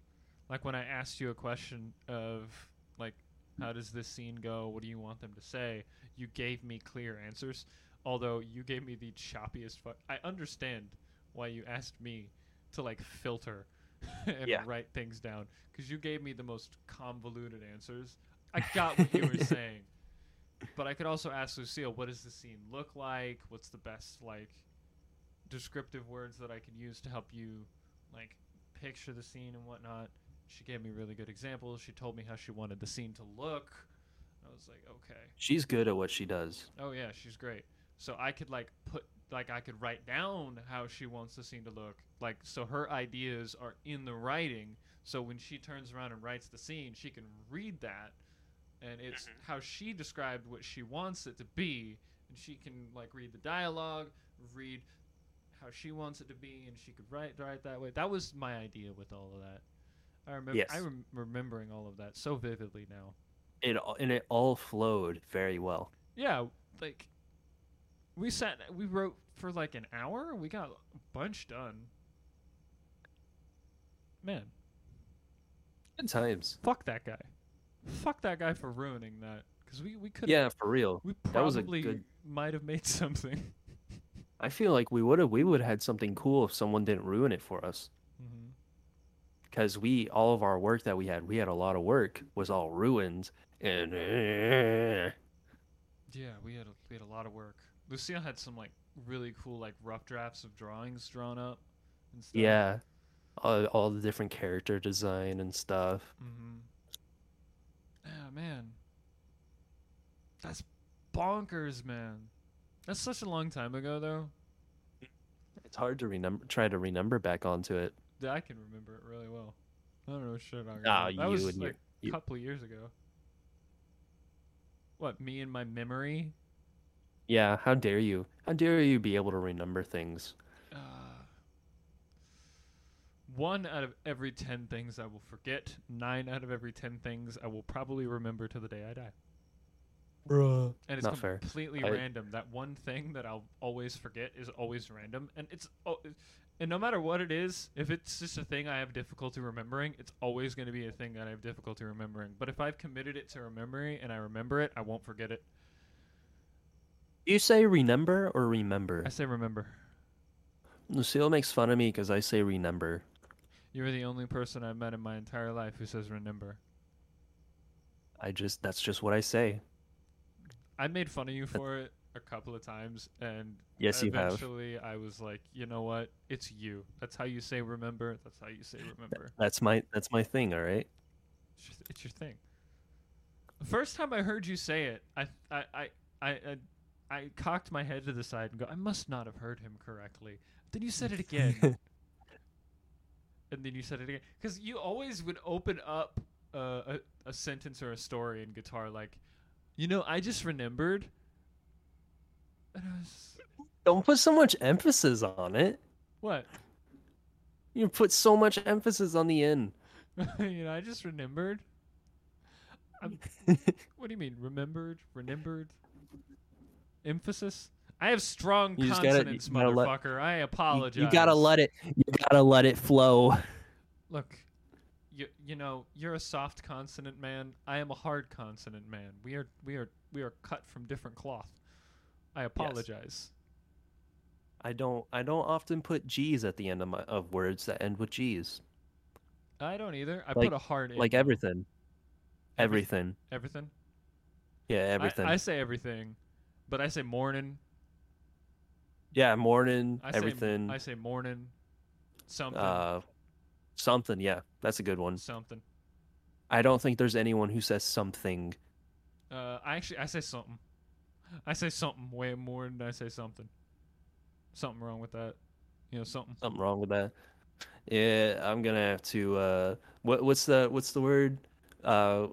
Like when I asked you a question of like how does this scene go? What do you want them to say? You gave me clear answers, although you gave me the choppiest fuck. I understand why you asked me to like filter *laughs* and
Yeah.
write things down cuz you gave me the most convoluted answers. I got what you were saying. But I could also ask Lucille, what does the scene look like? What's the best like descriptive words that I could use to help you like picture the scene and whatnot? She gave me really good examples. She told me how she wanted the scene to look. I was like, okay,
she's good at what she does.
oh yeah, she's great. So I could like put like I could write down how she wants the scene to look. Like so her ideas are in the writing. So when she turns around and writes the scene, she can read that and it's how she described what she wants it to be and she can like read the dialogue, read how she wants it to be and she could write write that way. That was my idea with all of that. I remember
Yes.
I rem- remembering all of that so vividly now.
It all- and it all flowed very well.
Yeah, like we sat, we wrote for like an hour. We got a bunch done. Man,
Good times.
fuck that guy. Fuck that guy for ruining that. Because we we could
Yeah, for real.
we
that was a
probably
good-
might have made *laughs* something.
I feel like we would have we would have had something cool if someone didn't ruin it for us
hmm
because we all of our work that we had we had a lot of work was all ruined and eh,
Yeah, we had a, we had a lot of work. Lucille had some like really cool like rough drafts of drawings drawn up and stuff.
yeah all, all the different character design and stuff
Mm-hmm. Yeah, Ah, man. That's bonkers, man. That's such a long time ago, though,
it's hard to remember try to remember back onto it
that I can remember it really well. I don't know shit. I
Ah,
remember. that
you
was
and your-
like a
you-
couple years ago. What me and my memory?
yeah how dare you how dare you be able to remember things
Uh, one out of every ten things I will forget. Nine out of every ten things I will probably remember to the day I die.
Bruh.
and it's
Not fair.
completely
I-
random. That one thing that I'll always forget is always random, and it's al- and no matter what it is, if it's just a thing I have difficulty remembering, it's always going to be a thing that I have difficulty remembering. But if I've committed it to a memory and I remember it, I won't forget it.
you say remember or remember
I say remember.
lucille makes fun of me because i say remember
You're the only person I've met in my entire life who says remember.
i just that's just what i say
I made fun of you for it a couple of times, and
yes you have
eventually I was like, you know what? It's you. That's how you say remember. That's how you say remember.
that's my that's my thing all right
It's your, it's your thing. The First time I heard you say it, I I, I I I I cocked my head to the side and go, I must not have heard him correctly. Then you said it again, and then you said it again because you always would open up uh, a a sentence or a story in guitar like, you know, I just remembered. And I was
don't put so much emphasis on it
what
You put so much emphasis on the end.
*laughs* you know. I just remembered.
*laughs*
I'm, What do you mean? Remembered? Remembered? Emphasis? I have strong
You just gotta-
consonants,
you gotta let-
motherfucker. I
You,
apologize.
you gotta let it. You gotta let it flow.
Look, you you know you're a soft consonant man. I am a hard consonant man. We are we are we are cut from different cloth. I apologize.
I don't. I don't often put G's at the end of my of words that end with G's.
I don't either. I
Like-
put a hard in.
Like everything. Everything.
Everything.
Yeah, everything.
I, I say everything, but I say morning.
yeah, morning,
I
everything.
Say, I say morning. Something.
uh, something. Yeah, that's a good one.
something.
I don't think there's anyone who says something.
Uh, I actually I say something. I say something way more than I say something. Something wrong with that. You know something.
Something wrong with that. Yeah, I'm gonna have to. Uh, what what's the what's the word? Uh,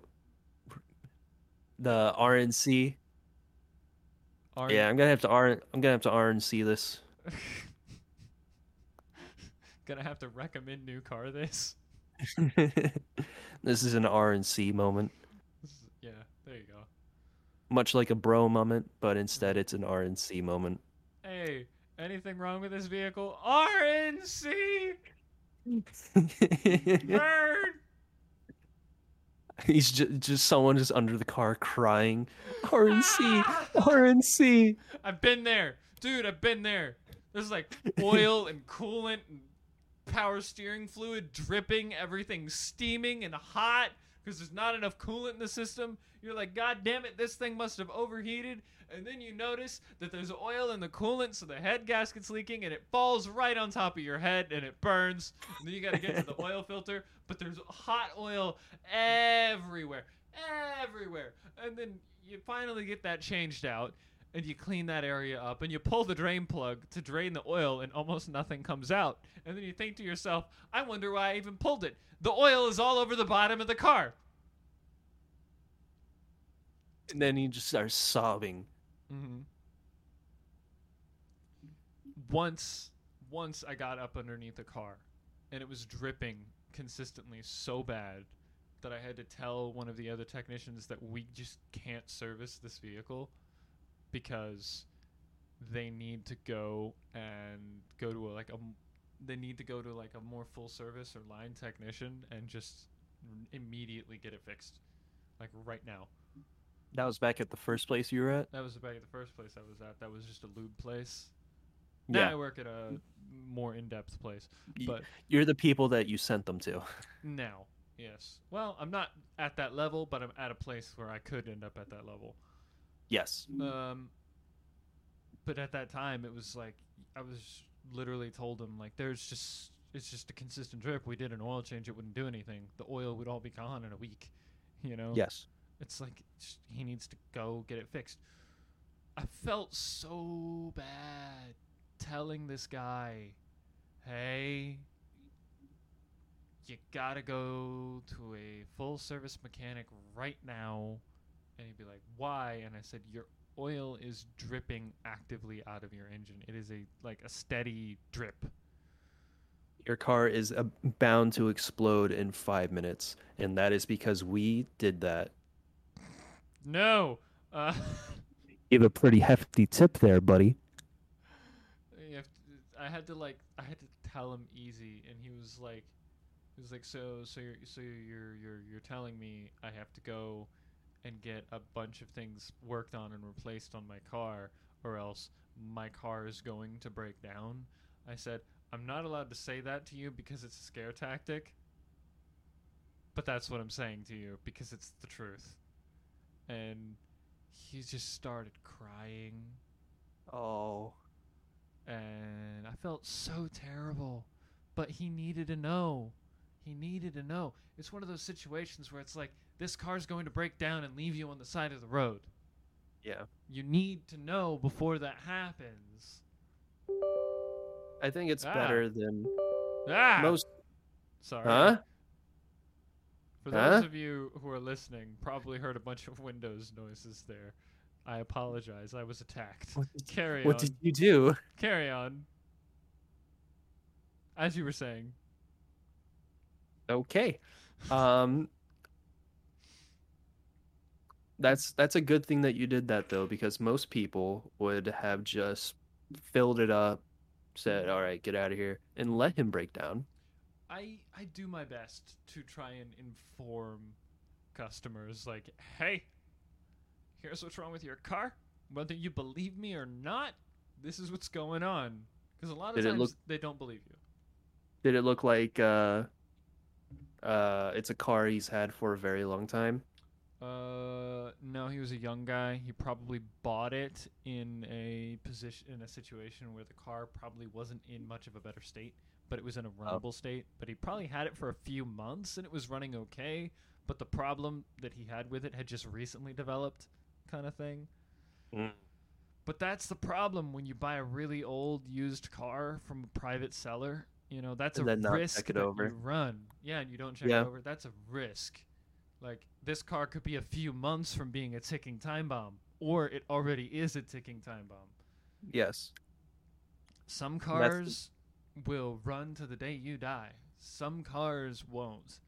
the RNC.
R-
Yeah, I'm gonna have to R. I'm gonna have to RNC this.
*laughs*
*laughs*
Gonna have to recommend new car this. *laughs*
this is an RNC moment,
This is- yeah, there you go.
much like a bro moment, but instead it's an RNC moment.
Hey, anything wrong with this vehicle? RNC burn.
He's just, just someone just under the car crying, RNC, RNC.
I've been there, dude. I've been there. There's like oil and coolant and power steering fluid dripping, everything steaming and hot because there's not enough coolant in the system. You're like, God damn it, this thing must have overheated. And then you notice that there's oil in the coolant, so the head gasket's leaking and it falls right on top of your head and it burns. And then you got to get to the oil filter, but there's hot oil everywhere, everywhere. And then you finally get that changed out and you clean that area up and you pull the drain plug to drain the oil and almost nothing comes out and then you think to yourself i wonder why i even pulled it the oil is all over the bottom of the car
And then he just starts sobbing.
mm-hmm. once once i got up underneath the car and it was dripping consistently so bad that i had to tell one of the other technicians that we just can't service this vehicle because they need to go and go to a, like a m- they need to go to like a more full service or line technician and just immediately get it fixed like right now
That was back at the first place you were at.
that was back at the first place I was at. That was just a lube place. Now I
Yeah,
work at a more in-depth place.
Y-
But
you're the people that you sent them to.
now, yes. Well, I'm not at that level, but I'm at a place where I could end up at that level.
Yes.
Um, but at that time, it was like I was literally told them like, "There's just it's just a consistent drip. We did an oil change. It wouldn't do anything. The oil would all be gone in a week." You know.
Yes.
It's like just, he needs to go get it fixed. I felt so bad telling this guy, hey, you gotta go to a full service mechanic right now. And he'd be like, why? And I said, your oil is dripping actively out of your engine. It is a like a steady drip.
Your car is uh, bound to explode in five minutes, and that is because we did that.
No. Uh, *laughs*
Give a pretty hefty tip there, buddy.
you have to, I had to like I had to tell him easy, and he was like, he was like, so so you're so you're you're you're telling me I have to go and get a bunch of things worked on and replaced on my car, or else my car is going to break down. I said I'm not allowed to say that to you because it's a scare tactic, but that's what I'm saying to you because it's the truth. And he just started crying
Oh.
and I felt so terrible. But he needed to know. He needed to know. It's one of those situations where it's like this car's going to break down and leave you on the side of the road.
Yeah.
You need to know before that happens.
I think it's
Ah.
better than
Ah,
most.
sorry.
Huh?
For those
Huh?
of you who are listening, probably heard a bunch of windows noises there. I apologize. I was attacked.
What did,
Carry
what
on.
did you do?
Carry on. As you were saying.
Okay. Um That's that's a good thing that you did that though because most people would have just filled it up, said, "All right, get out of here," and let him break down.
I I do my best to try and inform customers like, "Hey, here's what's wrong with your car. Whether you believe me or not, this is what's going on." Because a lot of
Did it
times
look-
they don't believe you.
Did it look like uh uh it's a car he's had for a very long time?
Uh, no, he was a young guy. He probably bought it in a position in a situation where the car probably wasn't in much of a better state, but it was in a runnable state. But he probably had it for a few months and it was running okay. But the problem that he had with it had just recently developed, kind of thing.
Mm.
But that's the problem when you buy a really old used car from a private seller. You know, that's
And
a
then not
risk
check it
that
over.
you run. Yeah, and you don't check
Yeah.
it over. That's a risk. Like this car could be a few months from being a ticking time bomb, or it already is a ticking time bomb.
Yes.
Some
That's the-
cars will run to the day you die. Some cars won't.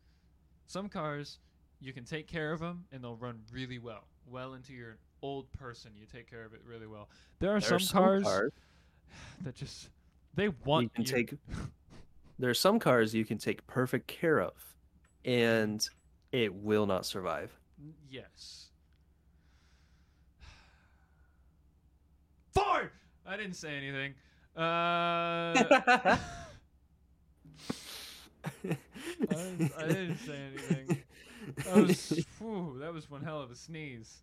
Some cars you can take care of them and they'll run really well. Well into your old person, you take care of it really well. There are
There
some, cars
cars
that just they want
can take- there are some cars you can take perfect care of and it will
*laughs*
not survive.
N- Yes. *sighs* Four. I didn't say anything.
*laughs*
Uh,
I,
*laughs* didn't- I didn't say anything. Oh, that
*laughs*
was whew, that was one hell of a sneeze.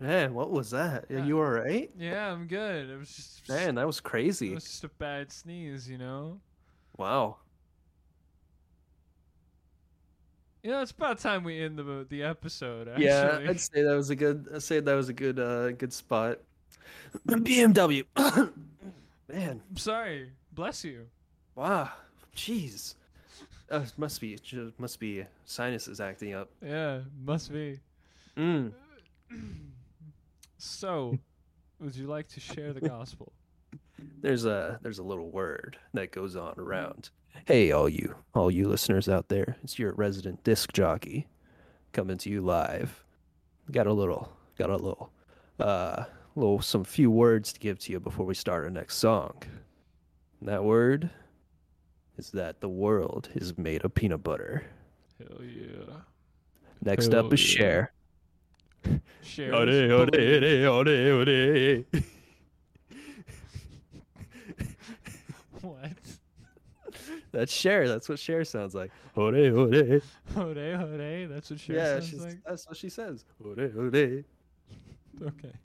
Man, what was that? Are
Yeah.
you all right?
Yeah, I'm good. It was just
Man, that was
it
crazy.
was just a bad sneeze, you know.
Wow.
You know, it's about time we end the the episode. Actually.
Yeah, I'd say that was a good. I'd say that was a good, uh, good spot. BMW. *coughs* Man,
*laughs* I'm sorry. Bless you.
wow, jeez. Uh, must be, ju- must be sinuses acting up.
Yeah, must
*clears throat*
be.
Mm.
So, would you like to share the gospel?
There's a, there's a little word that goes on
Mm-hmm.
around. Hey, all you, all you listeners out there, it's your resident disc jockey, coming to you live. Got a little, got a little, uh, little, some few words to give to you before we start our next song. And that word is that the world is made of peanut butter.
Hell yeah.
Next up
Hell
is
yeah.
share.
Share.
Ode,
is
ode,
believe.
ode, ode, ode.
*laughs* What?
That's share. That's what share sounds like. Ode, ode.
Ode, ode. That's what share
yeah,
sounds
she's,
like.
that's what she says. Ode, ode.
Okay.